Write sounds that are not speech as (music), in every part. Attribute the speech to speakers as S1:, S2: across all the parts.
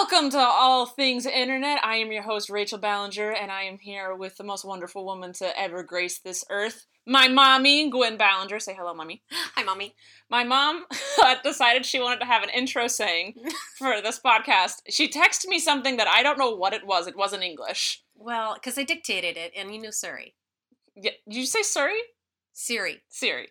S1: Welcome to All Things Internet. I am your host, Rachel Ballinger, and I am here with the most wonderful woman to ever grace this earth, my mommy, Gwen Ballinger. Say hello, mommy.
S2: Hi, mommy.
S1: My mom (laughs) decided she wanted to have an intro saying for this podcast. She texted me something that I don't know what it was. It wasn't English.
S2: Well, because I dictated it, and you knew Surrey.
S1: Yeah, did you say Surrey?
S2: Siri.
S1: (laughs)
S2: (laughs)
S1: Siri.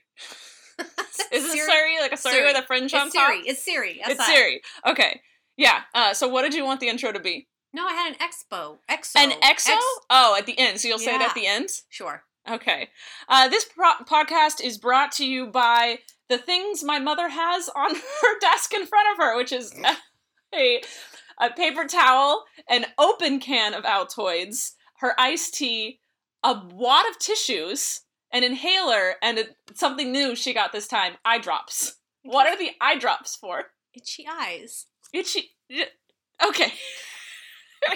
S1: Isn't Surrey,
S2: Siri-
S1: like a Surrey
S2: Surrey.
S1: with a fringe on
S2: It's
S1: top?
S2: Siri. It's Siri. outside.
S1: It's Siri. Okay. Yeah. Uh, so, what did you want the intro to be?
S2: No, I had an expo. Exo.
S1: An exo?
S2: Ex-
S1: oh, at the end. So you'll say it
S2: Yeah.
S1: at the end.
S2: sure.
S1: Okay. Uh, this pro- podcast is brought to you by the things my mother has on (laughs) her desk in front of her, which is (laughs) a, a paper towel, an open can of Altoids, her iced tea, a wad of tissues, an inhaler, and a, something new she got this time eye drops. What are the eye drops for?
S2: Itchy eyes.
S1: Itchy. Okay. (laughs)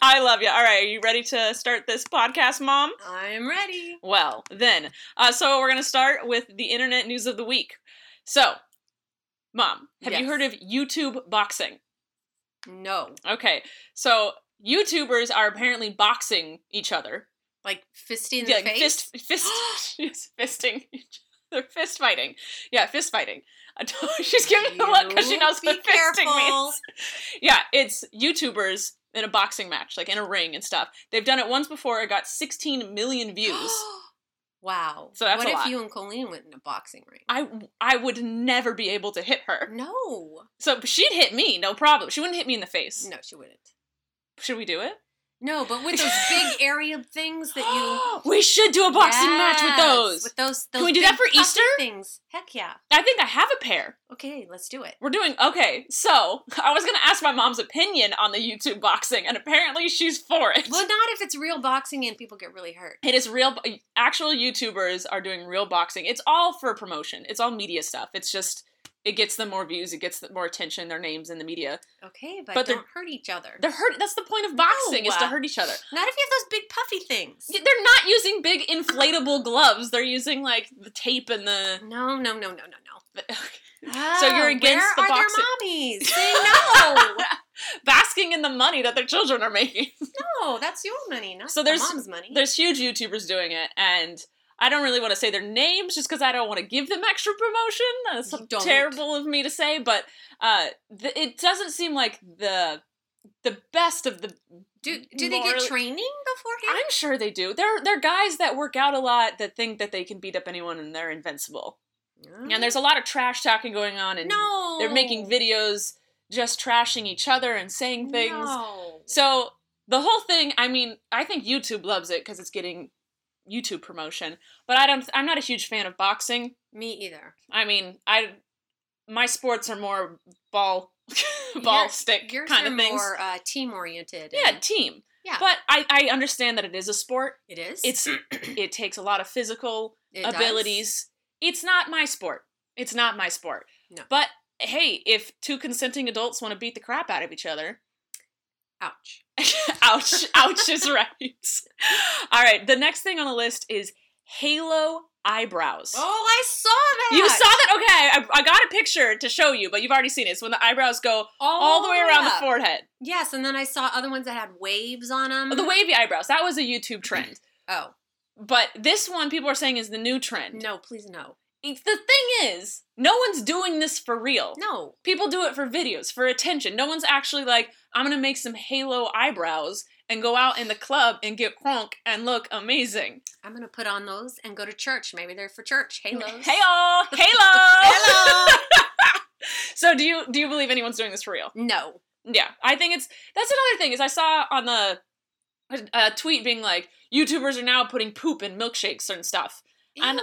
S1: I love you. All right, are you ready to start this podcast, Mom?
S2: I'm ready.
S1: Well, then, uh, so we're going to start with the internet news of the week. So, Mom, have you
S2: Yes.
S1: heard of YouTube boxing?
S2: No,
S1: Okay, so YouTubers are apparently boxing each other.
S2: like fisting in
S1: yeah,
S2: the
S1: like
S2: face.
S1: fist,
S2: (gasps)
S1: fist, yes, fisting. each (laughs) other. fist fighting. Yeah, fist fighting. (laughs) I don't- She's giving me a look because she
S2: You
S1: knows
S2: be
S1: what fisting
S2: careful. (gasps)
S1: means. Yeah, it's YouTubers in a boxing match, like in a ring and stuff. They've done it once before. It got 16 million
S2: (gasps)
S1: views.
S2: wow.
S1: So that's
S2: what
S1: a
S2: if
S1: lot.
S2: you and Colleen went in a boxing ring?
S1: I I would never be able to hit her.
S2: No.
S1: So she'd hit me, no problem. She wouldn't hit me in the face.
S2: No, she wouldn't.
S1: Should we do it?
S2: No,
S1: (laughs)
S2: but with those big area things (gasps) that
S1: (gasps)
S2: you.
S1: we should do a boxing match with
S2: Yes,
S1: those.
S2: With those,
S1: Can
S2: those
S1: we do that
S2: big
S1: for
S2: puffy
S1: Easter?
S2: Things. Heck yeah.
S1: I think I have a pair.
S2: Okay, let's do it.
S1: We're doing okay. So (laughs) I was gonna ask my mom's opinion on the YouTube boxing, and apparently she's for it.
S2: Well, not if it's real boxing and people get really hurt.
S1: It is real. Actual YouTubers are doing real boxing. It's all for promotion. It's all media stuff. It's just it gets them more views. It gets them more attention. Their names in the media.
S2: Okay, but,
S1: But they're-
S2: don't hurt each other.
S1: They're hurt. That's the point of boxing is to
S2: No. uh,
S1: hurt each other.
S2: Not if you have those big puffy things.
S1: Yeah, They're not using big inflatable gloves. They're using like the tape and the.
S2: No, no, no, no, no, no.
S1: the-
S2: Oh,
S1: you're against
S2: where
S1: the
S2: are
S1: boxing-
S2: Their
S1: (laughs)
S2: mommies? Say no.
S1: basking in the money that their children are making. (laughs)
S2: no, that's your money, not
S1: So
S2: so
S1: there's-
S2: there's, mom's money.
S1: There's huge YouTubers doing it, and I don't really want to say their names just because I don't want to give them extra promotion. That's
S2: You don't.
S1: terrible of me to say, but uh, th- it doesn't seem like the the best of the.
S2: do do they
S1: morally-
S2: get training beforehand?
S1: I'm sure they do. They're they're guys that work out a lot that think that they can beat up anyone and they're invincible.
S2: Mm.
S1: And there's a lot of trash talking going on, and
S2: no.
S1: they're making videos just trashing each other and saying things.
S2: No.
S1: So the whole thing, I mean, I think YouTube loves it because it's getting YouTube promotion. But I don't. I'm not a huge fan of boxing.
S2: Me either.
S1: I mean, I my sports are more ball, (laughs) ball
S2: Your-
S1: stick
S2: yours
S1: kind
S2: are
S1: of things.
S2: more uh, team oriented.
S1: yeah, team.
S2: Yeah.
S1: But I I understand that it is a sport.
S2: it is. (clears throat)
S1: It's it takes a lot of physical
S2: It does.
S1: abilities. It's not my sport. It's not my sport.
S2: No.
S1: But hey, if two consenting adults want to beat the crap out of each other,
S2: Ouch.
S1: (laughs) ouch, ouch is right. All right, the next thing on the list is halo eyebrows.
S2: Oh, I saw that.
S1: You saw that? Okay, I, I got a picture to show you, but you've already seen it. It's when the eyebrows go all, the way around
S2: up.
S1: the forehead.
S2: Oh. Yes, and then I saw other ones that had waves on them.
S1: Oh, The wavy eyebrows, that was a YouTube trend.
S2: oh
S1: But this one, people are saying, is the new trend.
S2: no, please no,
S1: It's- The thing is, no one's doing this for real.
S2: no.
S1: People do it for videos, for attention. No one's actually like, I'm gonna make some halo eyebrows and go out in the club and get crunk and look amazing.
S2: I'm gonna put on those and go to church. Maybe they're for church. Halos. (laughs)
S1: Heyo, Halo,
S2: Hello.
S1: (laughs) so do you do you believe anyone's doing this for real?
S2: no.
S1: Yeah, I think it's that's another thing is I saw on the a tweet being like YouTubers are now putting poop in milkshakes and stuff.
S2: Ew.
S1: I'm-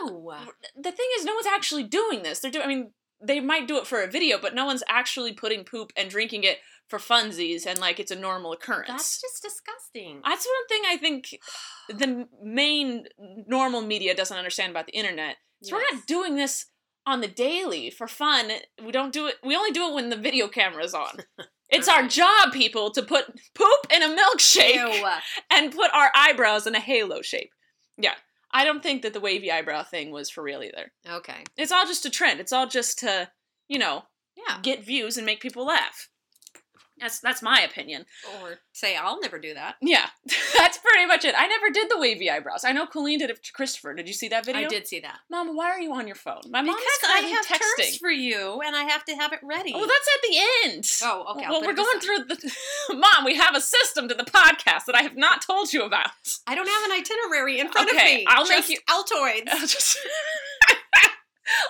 S1: The thing is, no one's actually doing this. They're doing. I mean, they might do it for a video, but no one's actually putting poop and drinking it for funsies and like it's a normal occurrence.
S2: That's just disgusting.
S1: That's one thing I think the main normal media doesn't understand about the internet. So we're
S2: Yes.
S1: not doing this on the daily for fun. We don't do it. We only do it when the video camera's
S2: (laughs)
S1: on. It's our job, people, to put poop in a milkshake
S2: Ew.
S1: (laughs) and put our eyebrows in a halo shape. Yeah. I don't think that the wavy eyebrow thing was for real either.
S2: Okay.
S1: It's all just a trend. It's all just to, you know,
S2: Yeah.
S1: get views and make people laugh. That's that's my opinion.
S2: Or say I'll never do that.
S1: Yeah, (laughs) that's pretty much it. I never did the wavy eyebrows. I know Colleen did it to Christopher. Did you see that video?
S2: I did see that.
S1: Mom, why are you on your phone? My mom's
S2: because I
S1: gotten
S2: have terms
S1: texting.
S2: for you and I have to have it ready.
S1: Well, Oh, that's at the end.
S2: Oh, okay. I'll
S1: well,
S2: put
S1: we're
S2: it
S1: going
S2: aside.
S1: through the. (laughs) Mom, we have a system to the podcast that I have not told you
S2: (laughs)
S1: about.
S2: I don't have an itinerary in front
S1: Okay,
S2: of me.
S1: I'll make
S2: Just
S1: you- (laughs)
S2: Altoids.
S1: Just-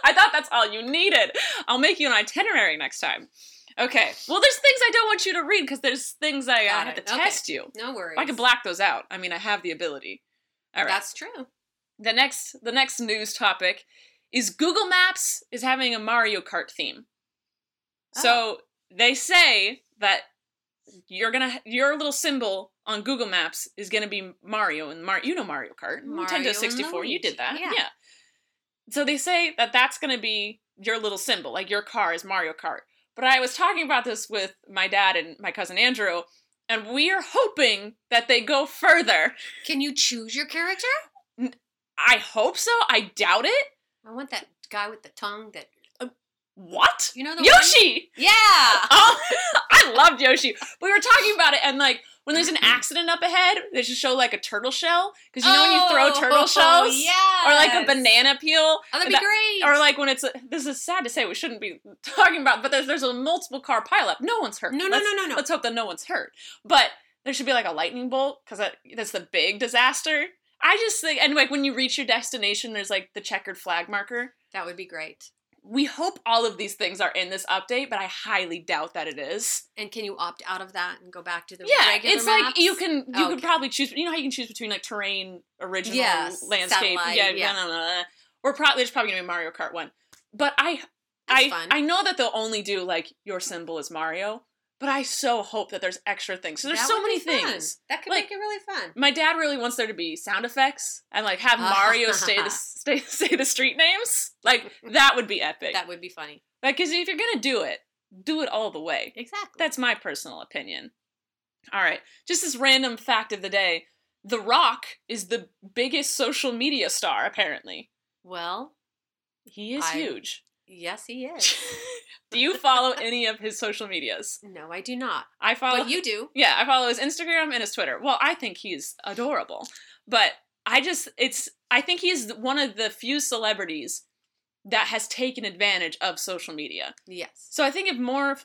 S1: I thought that's all you needed. I'll make you an itinerary next time. Okay. Well, there's things I don't want you to read because there's things I uh,
S2: Got
S1: have to
S2: it. Okay.
S1: test you.
S2: No worries.
S1: I can black those out. I mean, I have the ability. All right.
S2: That's true.
S1: the next the next news topic is Google Maps is having a Mario Kart theme. So
S2: Oh.
S1: they say that you're gonna your little symbol on Google Maps is gonna be Mario and Mario. You know Mario Kart,
S2: Mario
S1: Nintendo
S2: and
S1: 64. You did
S2: Luigi,
S1: that,
S2: yeah.
S1: yeah. So they say that that's gonna be your little symbol, like your car is Mario Kart. But I was talking about this with my dad and my cousin Andrew, and we are hoping that they go further.
S2: Can you choose your character?
S1: I hope so. I doubt it.
S2: I want that guy with the tongue that
S1: What?
S2: you know the
S1: Yoshi! (laughs)
S2: One? Yeah.
S1: Oh, I loved Yoshi. We were talking about it, and like when there's an
S2: Mm-hmm.
S1: accident up ahead, they should show like a turtle shell because you know when
S2: Oh,
S1: you throw
S2: (laughs)
S1: turtle shells,
S2: yeah,
S1: or like a banana peel,
S2: Oh, that'd be
S1: that-
S2: great.
S1: or like when it's a, this is sad to say we shouldn't be (laughs) talking about, but there's there's a multiple car pileup. No one's hurt.
S2: no, no,
S1: Let's-
S2: no, no, no.
S1: Let's hope that no one's hurt. But there should be like a lightning bolt because that, that's the big disaster. I just think, and like when you reach your destination, there's like the checkered flag marker.
S2: That would be great.
S1: We hope all of these things are in this update, but I highly doubt that it is.
S2: And can you opt out of that and go back to the
S1: yeah,
S2: regular
S1: it's like
S2: maps?
S1: you can you could
S2: Okay.
S1: probably choose. You know how you can choose between like terrain, original,
S2: Yes,
S1: landscape.
S2: satellite,
S1: yeah,
S2: yeah.
S1: Blah, blah, blah. We're probably there's probably gonna be a Mario Kart one, but I
S2: That's
S1: I
S2: fun.
S1: I know that they'll only do like your symbol is Mario, but I so hope that there's extra things. So there's
S2: That
S1: so
S2: would
S1: many
S2: be fun.
S1: things.
S2: That could
S1: Like-
S2: make it really fun.
S1: My dad really wants there to be sound effects and like
S2: (laughs)
S1: have Mario stay the stay (laughs) say the street names. Like that would be epic.
S2: That would be funny.
S1: Like, because if you're gonna do it, do it all the way.
S2: Exactly.
S1: That's my personal opinion. All right, just this random fact of the day: The Rock is the biggest social media star. Apparently,
S2: well,
S1: he is
S2: I- (laughs)
S1: huge. (laughs)
S2: yes, he is.
S1: Do you follow any of his social medias?
S2: no, I do not.
S1: I follow.
S2: But you do.
S1: yeah, I follow his Instagram and his Twitter. Well, I think he's adorable, but I just it's I think he's one of the few celebrities that has taken advantage of social media.
S2: Yes.
S1: So I think if more,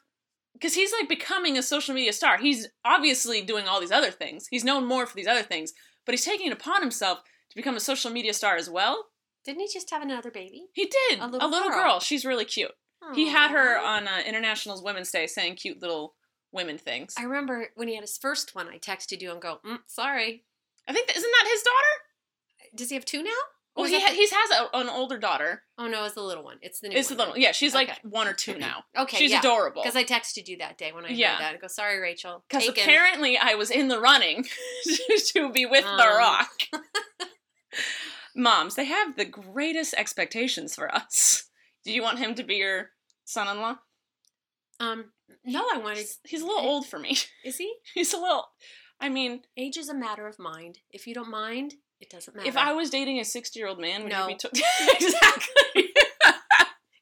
S1: because he's like becoming a social media star, he's obviously doing all these other things. He's known more for these other things, but he's taking it upon himself to become a social media star as well.
S2: Didn't he just have another baby?
S1: He did.
S2: A little
S1: girl.
S2: girl.
S1: She's really cute. He had her
S2: Aw.
S1: on uh, International Women's Day saying cute little women things.
S2: I
S1: I,
S2: remember when he had his first one, I texted you and go, mm, sorry.
S1: think that, isn't that his daughter?
S2: Does he have two now?
S1: Well,
S2: Or was
S1: he
S2: that
S1: ha-
S2: the-
S1: he has a, an older daughter.
S2: Oh, no, it's the little one. It's the new
S1: It's the
S2: one.
S1: little yeah. She's like
S2: Okay.
S1: one or two now.
S2: Okay,
S1: she's
S2: yeah.
S1: adorable.
S2: Because I texted you that day when I
S1: Yeah.
S2: heard that. I go, sorry, Rachel.
S1: Because
S2: Taken."
S1: apparently I was in the running (laughs) to be with The
S2: Um.
S1: Rock. (laughs) Moms, they have the greatest expectations for us. Do you want him to be your son in law?
S2: Um, no, I wanted.
S1: He's, he's a little old for me. (laughs)
S2: Is he?
S1: He's a little. I mean,
S2: Age is a matter of mind. If you don't mind, it doesn't matter.
S1: if I was dating a 60 year old man, would
S2: No.
S1: you be. To- (laughs) exactly.
S2: is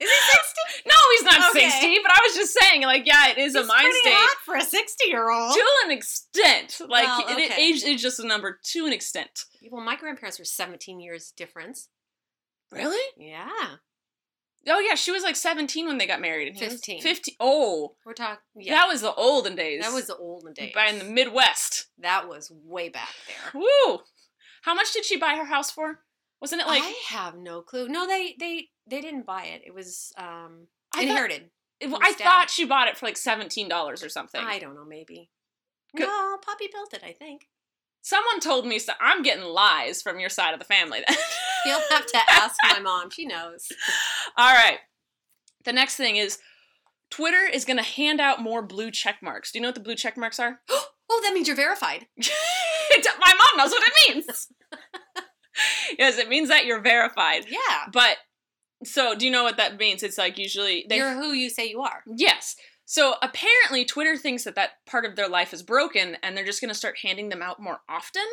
S2: he sixty?
S1: No, he's not
S2: Okay.
S1: 60, but I was just saying, like, yeah, it is a mind state.
S2: for a sixty-year-old.
S1: To an extent, like
S2: Well,
S1: it- it,
S2: okay.
S1: age is just a number to an extent.
S2: Well, my grandparents were seventeen years difference.
S1: Really?
S2: Yeah,
S1: Oh yeah, she was like 17 when they got married. And he was
S2: 15.
S1: 15. Oh,
S2: we're talking. Yeah,
S1: that was the olden days.
S2: that was the olden days.
S1: by in the Midwest.
S2: that was way back there.
S1: Woo! How much did she buy her house for? Wasn't
S2: (laughs)
S1: it like
S2: I have no clue. No, they they they didn't buy it. It was um
S1: I thought,
S2: inherited.
S1: it-
S2: from
S1: I
S2: his dad.
S1: thought she bought it for like seventeen dollars or something.
S2: I don't know. Maybe.
S1: Could-
S2: no, Poppy built it. I think (laughs)
S1: Someone told me so. I'm getting lies from your (laughs)
S2: (laughs)
S1: side of the family. Then.
S2: you'll have to ask my mom. She knows.
S1: All right. The next thing is Twitter is going to hand out more blue check marks. Do you know what the blue check marks are? (laughs)
S2: Oh, that means you're verified.
S1: My mom knows what it means. yes, it means that you're verified.
S2: (laughs) Yeah.
S1: But so, do you know what that means? It's like usually they
S2: you're who you say you are.
S1: Yes. So apparently, Twitter thinks that that part of their life is broken, and they're just going to start handing them out more often.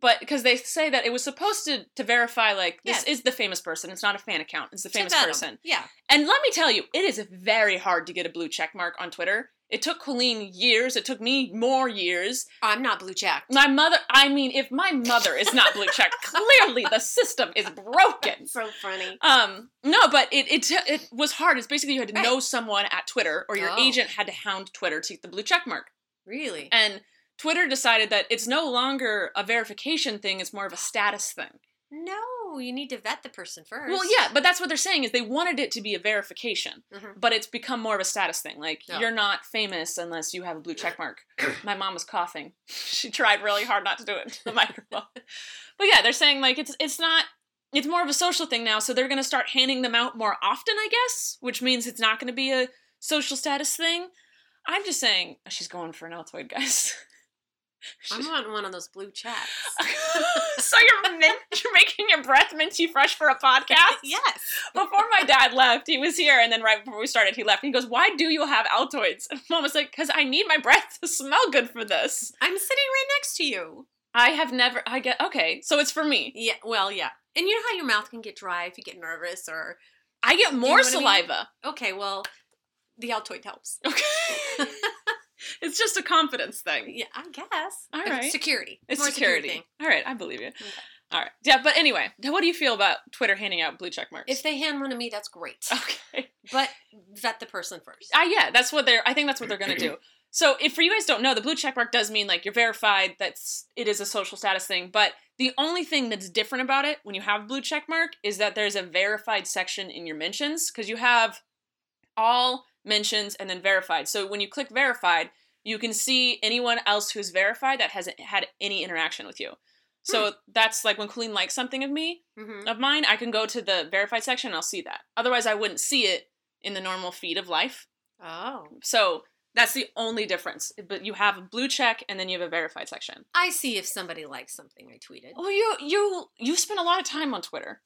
S1: But because they say that it was supposed to to verify, like this
S2: Yeah.
S1: is the famous person. It's not a fan account. It's the famous
S2: Check that out.
S1: person.
S2: Yeah.
S1: And let me tell you, it is very hard to get a blue check mark on Twitter. It took Colleen years. It took me more years.
S2: I'm not blue jacked. (laughs)
S1: My mother. I mean, if my mother is not blue check, (laughs) clearly the system is broken.
S2: So funny.
S1: Um, no, but it it, it was hard. It's basically you had to
S2: Right.
S1: know someone at Twitter, or your
S2: Oh.
S1: agent had to hound Twitter to get the blue check mark.
S2: Really?
S1: And Twitter decided that it's no longer a verification thing; it's more of a status thing.
S2: No, you need to vet the person first.
S1: Well, yeah, but that's what they're saying is they wanted it to be a verification,
S2: Mhm.
S1: but it's become more of a status thing. Like
S2: Yeah.
S1: you're not famous unless you have a blue check mark. (coughs) My mom was coughing; (laughs) she tried really hard not to do it to the microphone.
S2: (laughs)
S1: But yeah, they're saying like it's it's not it's more of a social thing now, so they're gonna start handing them out more often, I guess, which means it's not gonna be a social status thing. I'm just saying she's going for an Altoid, guys. (laughs)
S2: I'm on one of those blue checks. (laughs)
S1: so you're mint, you're making your breath minty fresh
S2: (laughs)
S1: for a podcast.
S2: yes.
S1: Before my dad left, he was here, and then right before we started, he left. And he goes, "Why do you have Altoids?" And mom was like, "Cause I need my breath to smell good for this."
S2: I'm sitting right next to you.
S1: I have never. I get okay, so it's for me.
S2: Yeah. Well, yeah. And you know how your mouth can get dry if you get nervous or
S1: I get more
S2: know what I mean?
S1: saliva.
S2: okay, well, the
S1: (laughs)
S2: Altoid helps.
S1: Okay, it's just a confidence thing.
S2: Yeah, I guess.
S1: All
S2: Like,
S1: right.
S2: Security.
S1: It's
S2: More
S1: security.
S2: thing.
S1: All right, I believe you.
S2: Okay.
S1: All right, yeah, but anyway, what do you feel about Twitter handing out blue check marks?
S2: If they hand one to me, that's great.
S1: (laughs) okay.
S2: But vet the person first.
S1: Uh, yeah, that's what they're. I think that's what they're gonna do. So, if for you guys don't know, the blue check mark does mean like you're verified. That's it is a social status thing. But the only thing that's different about it when you have a blue check mark is that there's a verified section in your mentions because you have all mentions and then verified. So when you click verified, you can see anyone else who's verified that hasn't had any interaction with you. So that's like when Colleen likes something of me,
S2: hmm
S1: of mine, I can go to the verified section and I'll see that. Otherwise, I wouldn't see it in the normal feed of life.
S2: Oh.
S1: So that's the only difference. But you have a blue check and then you have a verified section.
S2: I see if somebody likes something I tweeted.
S1: Well, Oh, you you you spend a lot of time on (laughs) Twitter.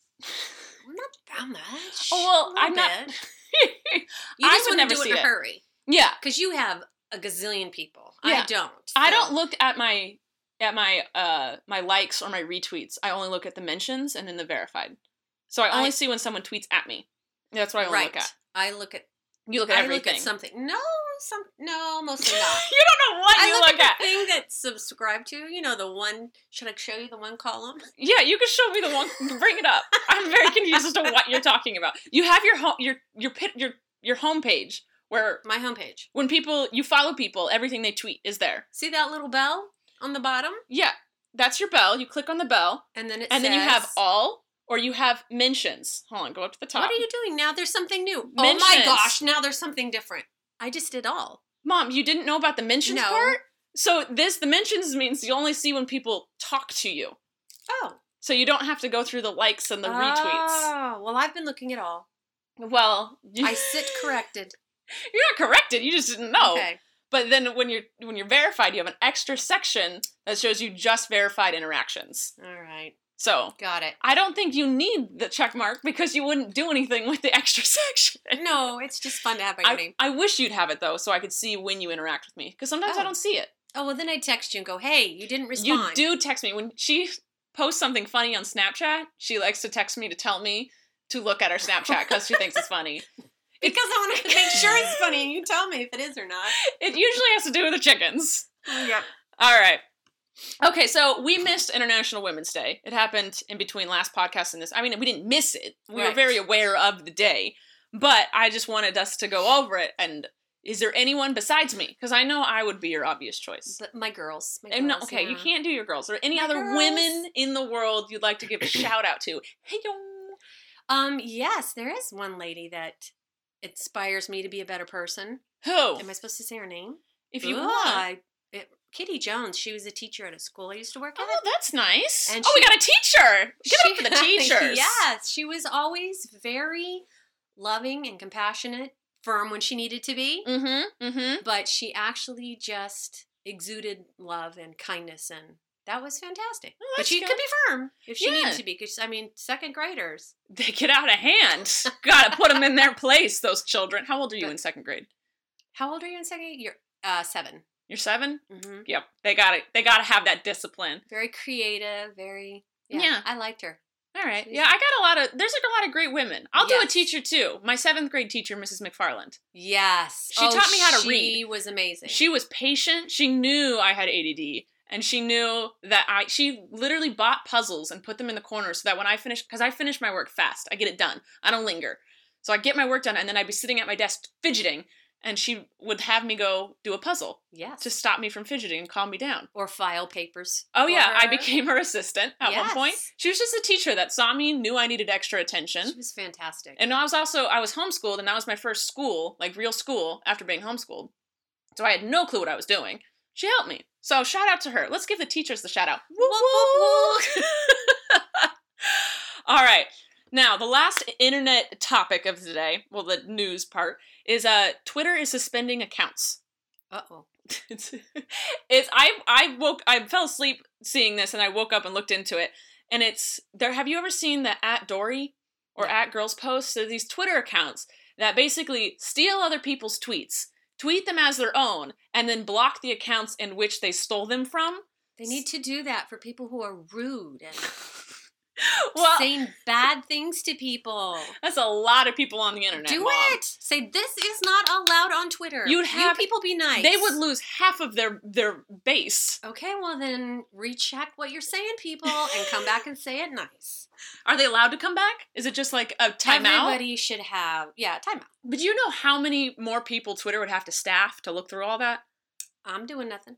S2: Well, not that much.
S1: Oh, well,
S2: A little
S1: I'm not-
S2: bit.
S1: (laughs)
S2: You
S1: I
S2: just
S1: would
S2: want
S1: never
S2: to do
S1: see
S2: it in
S1: it.
S2: a hurry
S1: yeah,
S2: because you have a gazillion people.
S1: Yeah.
S2: I don't.
S1: I
S2: so-
S1: don't look at my at my uh my likes or my retweets. I only look at the mentions and then the verified. So I only
S2: I-
S1: see when someone tweets at me. That's what I only
S2: right.
S1: look at.
S2: I look at.
S1: You look at
S2: I look
S1: everything. (laughs)
S2: at something. No, some. No, mostly not.
S1: you don't know what
S2: I
S1: you
S2: look,
S1: look,
S2: at,
S1: at.
S2: the thing that's subscribed to. You know the one. Should I show you the one column?
S1: Yeah, you can show me the one. (laughs) Bring it up. I'm very confused as to what you're talking about. You have your home your your pit your your homepage where
S2: My homepage.
S1: when people you follow people everything they tweet is there
S2: See that little bell on the bottom,
S1: yeah that's your bell you click on the bell
S2: and then it.
S1: and then you have
S2: says-
S1: all or you have mentions hold on go up to the top
S2: What are you doing now? There's something new. Oh my
S1: Mentions.
S2: gosh! Now there's something different. I just did all.
S1: mom you didn't know about the mentions
S2: No.
S1: part so this the mentions means you only see when people talk to you
S2: Oh.
S1: so you don't have to go through the likes and the retweets
S2: Oh, well, I've been looking at all.
S1: well you,
S2: I (laughs) sit
S1: (laughs)
S2: corrected.
S1: you're not corrected you just didn't know
S2: Okay.
S1: but then when you're when you're verified you have an extra section that shows you just verified interactions
S2: All right.
S1: so
S2: Got it.
S1: I don't think you need the check mark because you wouldn't do anything with the (laughs) extra section.
S2: No, it's just fun to have my
S1: I,
S2: name.
S1: I wish you'd have it though, so I could see when you interact with me. Because sometimes I
S2: Oh.
S1: don't see it.
S2: Oh, well, then I text you and go, hey, you didn't
S1: You
S2: respond.
S1: do text me when she posts something funny on Snapchat. She likes to text me to tell me to look at her Snapchat because she thinks it's funny.
S2: (laughs) Because I want (laughs) to make sure it's funny and you tell me if it is or
S1: (laughs)
S2: not. (laughs) Oh,
S1: It usually has to do with the chickens.
S2: Yeah.
S1: All right. Okay, so we missed International Women's Day. It happened in between last podcast and this. I mean, we didn't miss it. We were
S2: Right.
S1: very aware of the day, but I just wanted us to go over it. And is there anyone besides me? Because I know I would be your obvious choice.
S2: But my girls. My
S1: And no,
S2: girls,
S1: okay, you
S2: yeah.
S1: can't do your girls. Are there any
S2: My
S1: other
S2: girls.
S1: women in the world you'd like to
S2: (clears throat)
S1: give a shout out to? Hey, yo.
S2: Um, yes, there is one lady that inspires me to be a better person.
S1: Who?
S2: Am I supposed to say her name?
S1: If you
S2: Ooh,
S1: want.
S2: I- it- Kitty eh, Jones. She was a teacher at a school I used to work at.
S1: Oh,
S2: (laughs)
S1: that's nice.
S2: And
S1: oh, we
S2: she- (laughs)
S1: got a teacher. Give it up for the
S2: She-
S1: teachers.
S2: yes, she was always very loving and compassionate, firm when she needed to be,
S1: Mm-hmm. Mm-hmm.
S2: but she actually just exuded love and kindness and that was fantastic.
S1: Well,
S2: but
S1: Oh, that's
S2: she
S1: good.
S2: could be firm if she
S1: Yeah.
S2: needed to be because I mean, second graders.
S1: (laughs) They get out of hand. Gotta put them in their place, those children. How old are you in second grade?
S2: How old are you in second? You're uh, 7
S1: You're seven?
S2: Mm-hmm.
S1: Yep. They got to They gotta have that discipline.
S2: Very creative. Very
S1: Yeah.
S2: yeah. I liked her.
S1: All right.
S2: She's-
S1: Yeah, I got a lot of there's like a lot of great women. I'll do a
S2: Yes.
S1: teacher too. My seventh grade teacher, Mrs. McFarland.
S2: Yes. Oh,
S1: She taught me how to
S2: She
S1: read.
S2: was amazing.
S1: She was patient. She knew I had ADD and she knew that I she literally bought puzzles and put them in the corner so that when I finish cuz I finish my work fast. I get it done. I don't linger. So I get my work done and then I'd be sitting at my desk fidgeting and she would have me go do a puzzle
S2: yes.
S1: to stop me from fidgeting and calm me down.
S2: or file papers.
S1: Oh
S2: for
S1: yeah, I
S2: her.
S1: became her assistant at one point.
S2: Yes.
S1: She was just a teacher that saw me, knew I needed extra attention.
S2: She was fantastic.
S1: And I was also I was homeschooled, and that was my first school, like real school, after being homeschooled. So I had no clue what I was doing. She helped me. So shout out to her. Let's give the teachers the shout out. Woo, woo, woo. (laughs) All right. Now the last internet topic of the day, well, the news part is uh, Twitter is suspending accounts
S2: uh oh.
S1: (laughs) it's, it's I I woke I fell asleep seeing this and I woke up and looked into it and it's there have you ever seen the at Dory or
S2: No.
S1: at girls posts so these Twitter accounts that basically steal other people's tweets tweet them as their own and then block the accounts in which they stole them from (laughs)
S2: They need to do that for people who are rude and
S1: well
S2: saying bad things to people.
S1: that's a lot of people on the internet
S2: Do
S1: Mom.
S2: it. Say this is not allowed on Twitter.
S1: You'd have-
S2: you people be nice.
S1: they would lose half of their their base
S2: Okay, well then recheck what you're saying, people, and come back and say
S1: (laughs)
S2: it nice.
S1: are they allowed to come back is it just like a timeout
S2: Everybody should have yeah timeout.
S1: But do you know how many more people Twitter would have to staff to look through all that?
S2: I'm doing nothing.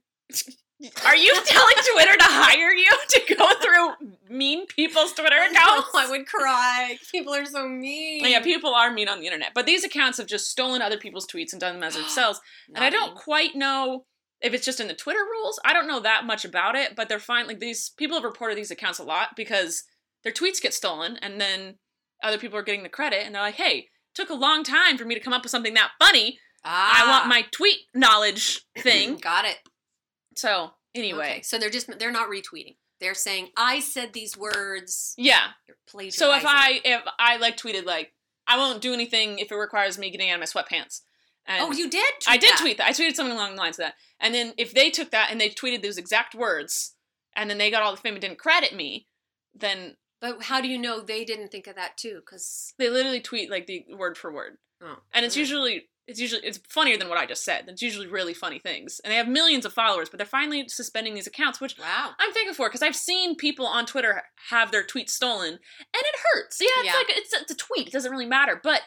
S1: Are you (laughs) telling Twitter to hire you to go through mean people's Twitter
S2: (laughs)
S1: accounts? Oh,
S2: I would cry. People are so mean.
S1: yeah, people are mean on the internet, but these accounts have just stolen other people's tweets and done
S2: (gasps)
S1: them as themselves. and I don't
S2: Naughty.
S1: quite know if it's just in the Twitter rules. I don't know that much about it, but they're fine. Like these people have reported these accounts a lot because their tweets get stolen, and then other people are getting the credit, and they're like, "Hey, took a long time for me to come up with something that funny.
S2: Ah,
S1: I want my tweet knowledge thing."
S2: Got it.
S1: So anyway,
S2: Okay, so they're just they're not retweeting. They're saying I said these words.
S1: yeah.
S2: You're plagiarizing.
S1: So if I if I like tweeted like I won't do anything if it requires me getting out of my sweatpants. And
S2: oh you did
S1: I did
S2: that.
S1: tweet that. I tweeted something along the lines of that. And then if they took that and they tweeted those exact words, and then they got all the fame and didn't credit me, then
S2: But how do you know they didn't think of that too? Because
S1: they literally tweet like the word for word.
S2: oh,
S1: And it's
S2: all right.
S1: usually it's usually it's funnier than what I just said. It's usually really funny things, and they have millions of followers. But they're finally suspending these accounts, which
S2: wow.
S1: I'm thankful for because I've seen people on Twitter have their tweets stolen, and it hurts. Yeah, it's
S2: Yeah.
S1: like it's, it's a tweet; it doesn't really matter, but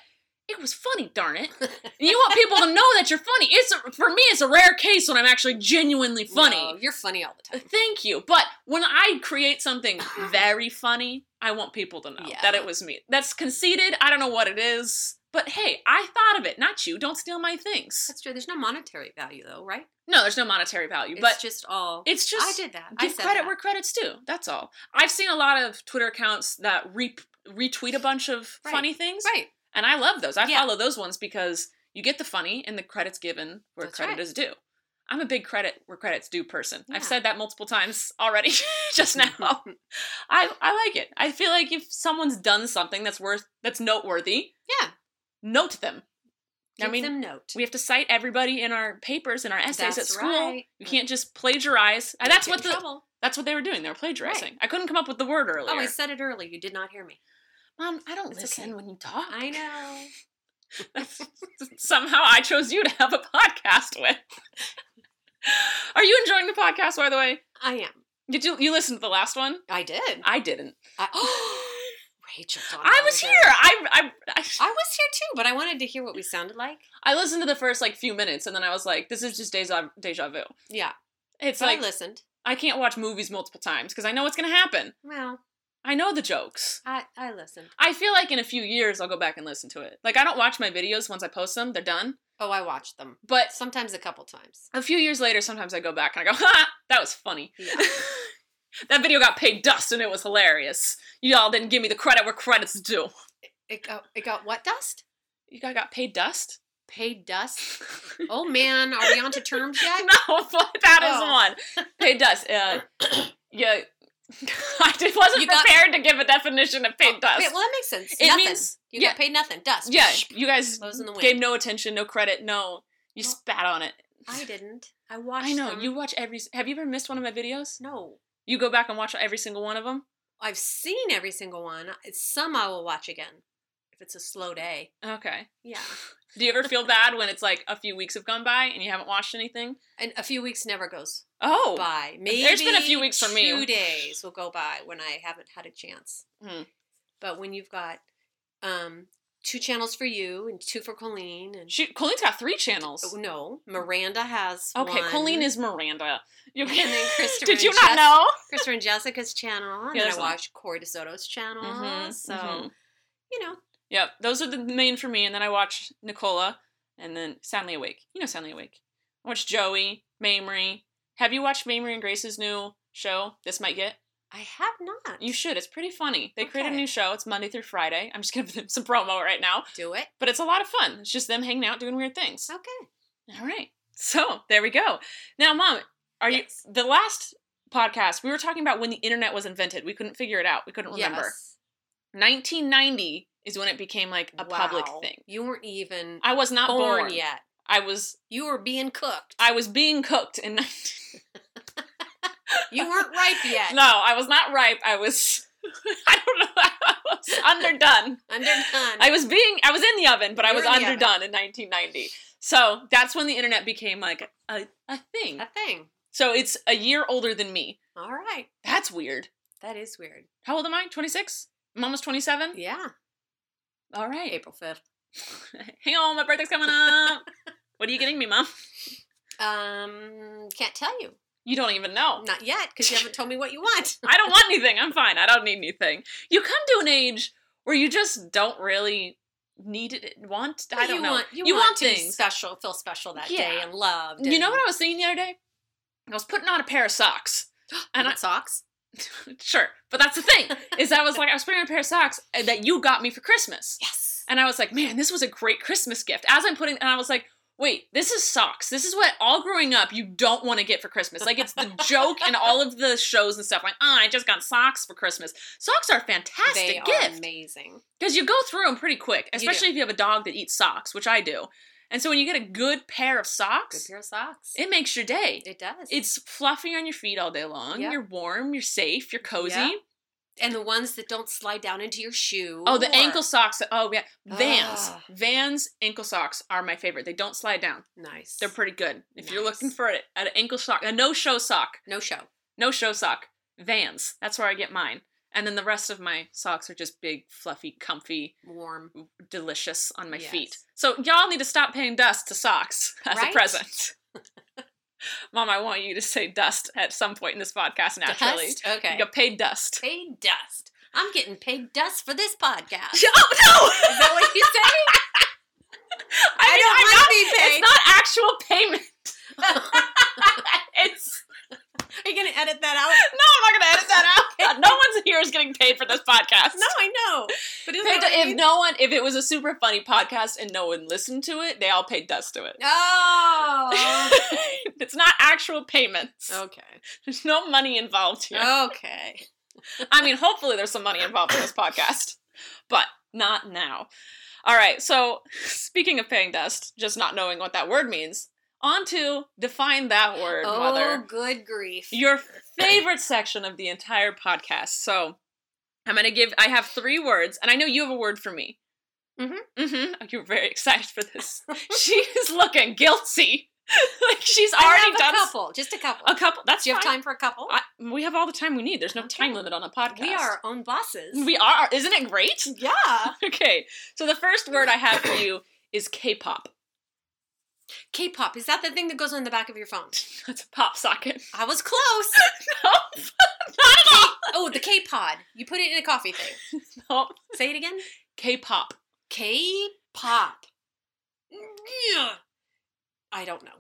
S1: it was funny, darn
S2: (laughs)
S1: it. And you want people to know that you're funny. It's a, for me, it's a rare case when I'm actually genuinely funny.
S2: No, you're funny all the time.
S1: Thank you, but when I create something very funny, I want people to know
S2: Yeah.
S1: that it was me. That's conceited. I don't know what it is, but hey, I thought of it, not you. Don't steal my things.
S2: That's true. There's no monetary value though, right?
S1: No, there's no monetary value,
S2: It's
S1: but
S2: just all.
S1: it's just
S2: I did that. I
S1: give
S2: said
S1: credit
S2: that.
S1: where credit's due. That's all. I've seen a lot of Twitter accounts that re- retweet a bunch of
S2: Right.
S1: funny things,
S2: right.
S1: and I love those. I
S2: Yeah.
S1: follow those ones because you get the funny and the credit's given where
S2: That's
S1: credit
S2: right.
S1: is due. I'm a big credit where credit's due person.
S2: Yeah.
S1: I've said that multiple times already (laughs)
S2: (laughs)
S1: just now. I I like it. I feel like if someone's done something that's worth that's noteworthy,
S2: Yeah.
S1: note them.
S2: Give
S1: I mean,
S2: them note.
S1: we have to cite everybody in our papers and our essays at
S2: That's
S1: school.
S2: right.
S1: You can't just plagiarize. And that's what the
S2: trouble.
S1: that's what they were doing. They were plagiarizing. I couldn't come up with the word earlier.
S2: Oh, I said it earlier. You did not hear me.
S1: Mom, um, I don't
S2: It's
S1: listen
S2: okay.
S1: when you talk. (laughs)
S2: I know.
S1: Somehow I chose you to have a podcast with. (laughs) Are you enjoying the podcast, by the way?
S2: I am.
S1: Did you you listen to the last one?
S2: I did.
S1: I didn't.
S2: I,
S1: (gasps)
S2: (gasps) Rachel. thought
S1: Oh, I was
S2: a-
S1: here. I I, I
S2: I was here too, but I wanted to hear what we sounded like.
S1: I listened to the first like few minutes and then I was like, this is just deja deja vu.
S2: Yeah.
S1: It's
S2: So
S1: like
S2: I listened.
S1: I can't watch movies multiple times because I know what's gonna happen.
S2: Well,
S1: I know the jokes.
S2: I, I listened.
S1: I feel like in a few years I'll go back and listen to it. Like I don't watch my videos once I post them; they're done.
S2: Oh, I watched them.
S1: But
S2: Sometimes a couple times.
S1: a few years later, sometimes I go back and I go, "Ha, that was funny. (laughs)
S2: Yeah.
S1: that video got paid dust and it was hilarious. Y'all didn't give me the credit where credit's due.
S2: It got, it got what dust?
S1: You got got paid dust?
S2: Paid dust. Oh man, are we on to terms yet?
S1: (laughs)
S2: (laughs)
S1: no, but that is
S2: Oh.
S1: one. Paid dust.
S2: (coughs)
S1: Uh, yeah, (laughs) I just wasn't
S2: You got- Oh,
S1: prepared to give a definition of paid dust.
S2: Wait, well, that makes sense.
S1: It
S2: nothing.
S1: means-
S2: you
S1: yeah.
S2: got paid nothing. Dust.
S1: yeah, you guys
S2: Blows in the wind.
S1: gave no attention, no credit, no. You
S2: Well,
S1: spat on it.
S2: I didn't. I watched.
S1: I know
S2: them.
S1: you watch every. s- Have you ever missed one of my videos?
S2: No,
S1: You go back and watch every single one of them.
S2: I've seen every single one. Some I will watch again if it's a slow day.
S1: Okay.
S2: Yeah,
S1: Do you ever feel bad when it's like a few weeks have gone by and you haven't watched anything?
S2: and a few weeks never goes
S1: Oh,
S2: by. Maybe
S1: There's been a few weeks for me.
S2: Two days will go by when I haven't had a chance.
S1: Hmm.
S2: But when you've got um, two channels for you and two for Colleen and
S1: she Colleen's got three channels.
S2: oh, no, Miranda has
S1: Okay,
S2: one.
S1: Colleen is Miranda. You
S2: And then
S1: (laughs)
S2: Christopher
S1: Did you
S2: and
S1: not
S2: Jess-
S1: know?
S2: Christopher and Jessica's channel, and
S1: Yeah,
S2: then
S1: there's
S2: I
S1: one.
S2: watch Corey DeSoto's channel.
S1: Mhm,
S2: so
S1: mhm.
S2: you know,
S1: Yep, those are the main for me. And then I watch Nicola, and then Soundly Awake. You know Soundly Awake. I watch Joey, Mamrie. Have you watched Mamrie and Grace's new show? This might get.
S2: I have not.
S1: You should. It's pretty funny. They created a
S2: Okay.
S1: new show. It's Monday through Friday. I'm just giving them (laughs) some promo right now,
S2: do it.
S1: but it's a lot of fun. It's just them hanging out doing weird things.
S2: Okay.
S1: All right. So there we go. Now, mom, are
S2: Yes.
S1: you the last podcast we were talking about when the internet was invented? We couldn't figure it out. We couldn't remember.
S2: Yes.
S1: 1990 is when it became like a public
S2: Wow.
S1: thing.
S2: You weren't even
S1: I was not
S2: born,
S1: born, yet.
S2: yet.
S1: I was
S2: You were being cooked.
S1: I was being cooked in 19 (laughs)
S2: You weren't ripe yet.
S1: No, I was not ripe. I was (laughs) I don't know. I was underdone.
S2: Underdone.
S1: I was being I was in the oven, but I
S2: You
S1: was
S2: were in the
S1: underdone in 1990. So that's when the internet became like a, a thing.
S2: a thing.
S1: So it's a year older than me.
S2: All right.
S1: That's weird.
S2: That is weird.
S1: How old am I? 26? Mom was 27?
S2: Yeah.
S1: All right. (laughs)
S2: April 5th.
S1: Hang on, my birthday's coming
S2: (laughs)
S1: up. what are you getting me, Mom?
S2: Um, can't tell you.
S1: You don't even know.
S2: Not yet, because you haven't told me what
S1: (laughs)
S2: you want.
S1: I don't want anything. I'm fine. I don't need anything. You come to an age where you just don't really need it, want. I
S2: But
S1: don't
S2: you
S1: know.
S2: Want, you, want, to be special, feel special that day
S1: Yeah.
S2: and loved.
S1: You know
S2: and-
S1: what I was thinking the other day? I was putting on a pair of
S2: (gasps)
S1: socks. And
S2: With
S1: I,
S2: socks.
S1: sure, but that's the thing is I
S2: (laughs)
S1: was like I was putting on a pair of socks eh, that you got me for Christmas,
S2: Yes.
S1: and I was like, man, this was a great Christmas gift. As I'm putting, and I was like. Wait, this is socks. This is what all growing up you don't want to get for Christmas. Like it's the joke in all of the shows and stuff. Like, oh, I just got socks for Christmas. Socks are a fantastic
S2: they
S1: gift.
S2: are amazing.
S1: Because you go through them pretty quick,
S2: You do.
S1: especially if you have a dog that eats socks, which I do. And so when you get a good pair of
S2: Good
S1: socks,
S2: pair of socks.
S1: it makes your day.
S2: It does.
S1: It's fluffy on your feet all day long.
S2: Yeah.
S1: You're warm, you're safe, you're cozy.
S2: Yeah. and the ones that don't slide down into your shoe.
S1: Oh, the
S2: or-
S1: ankle socks. Oh, yeah. Vans.
S2: Ah.
S1: Vans ankle socks are my favorite. They don't slide down.
S2: Nice.
S1: They're pretty good. If you're
S2: Nice.
S1: looking for it at an ankle sock, a no show sock,
S2: no show.
S1: no show sock, Vans. That's where I get mine. And then the rest of my socks are just big, fluffy, comfy.
S2: Warm.
S1: delicious on my
S2: Yes.
S1: feet. So y'all need to stop paying dust to socks (laughs) as
S2: Right?
S1: a present. Mom, I want you to say dust at some point in this podcast naturally.
S2: Dust? Okay.
S1: You got paid dust.
S2: Paid dust. I'm getting paid dust for this podcast.
S1: (laughs)
S2: (laughs)
S1: Oh no!
S2: Is that what you say?
S1: (laughs) I, mean, I'm not,
S2: I
S1: It's not actual payment. (laughs) it's
S2: Are you going to edit that out?
S1: no, I'm not gonna edit that (laughs) out. No one's here is getting paid for this podcast.
S2: No, I know. But isn't
S1: Paid
S2: that what
S1: to-
S2: it
S1: if
S2: means?
S1: no one, if it was a super funny podcast and no one listened to it, they all paid dust to it.
S2: Oh.
S1: (laughs) it's not actual payments.
S2: Okay.
S1: There's no money involved here.
S2: Okay.
S1: I mean, hopefully there's some money involved in this podcast, but not now. All right, so speaking of paying dust, just not knowing what that word means, on to define that word,
S2: oh,
S1: mother.
S2: good grief.
S1: Your favorite section of the entire podcast. So I'm going to give, I have three words, and I know you have a word for me.
S2: Mhm.
S1: Mm-hmm. You're very excited for this. (laughs) she is looking guilty. (laughs) like she's
S2: I
S1: already
S2: have
S1: done
S2: a
S1: s-
S2: couple. Just a couple.
S1: a couple. That's
S2: Do you have
S1: fine.
S2: time for a couple?
S1: I, we have all the time we need. There's no
S2: Okay.
S1: time limit on a podcast.
S2: we are our own bosses.
S1: We are. Isn't it great? (laughs)
S2: yeah.
S1: Okay. So the first word I
S2: (coughs)
S1: have for you is K-pop.
S2: K-pop. Is that the thing that goes on the back of your phone?
S1: That's a pop socket. (laughs)
S2: I was close.
S1: No, (laughs) not at all.
S2: Oh, the K pod. You put it in a coffee thing.
S1: No.
S2: Say it again.
S1: K-pop.
S2: K pop. I don't know.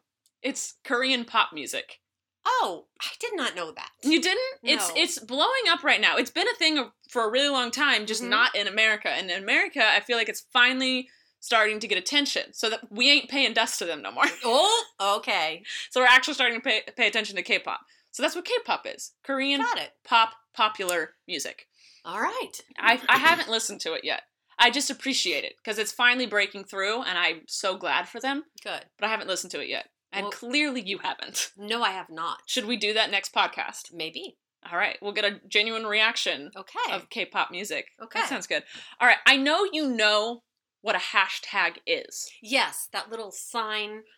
S1: It's Korean pop music.
S2: Oh, I did not know that.
S1: You didn't? It's
S2: No.
S1: it's blowing up right now. It's been a thing for a really long time, just
S2: Mhm.
S1: not in America. And in America, I feel like it's finally starting to get attention. So that we ain't paying dust to them no more.
S2: (laughs)
S1: (laughs)
S2: Oh, okay.
S1: so we're actually starting to pay, pay attention to K-pop. So that's what K-pop is. Korean
S2: Got it.
S1: pop popular music.
S2: All right.
S1: I, I haven't listened to it yet. I just appreciate it because it's finally breaking through and I'm so glad for them,
S2: Good.
S1: but I haven't listened to it yet. And
S2: Well-
S1: clearly you haven't. (laughs)
S2: No, I have not.
S1: Should we do that next podcast?
S2: Maybe.
S1: All right, we'll get a genuine reaction
S2: Okay.
S1: of K-pop music.
S2: Okay.
S1: That sounds good. All right, I know you know what a hashtag is.
S2: yes, that little sign.
S1: (laughs)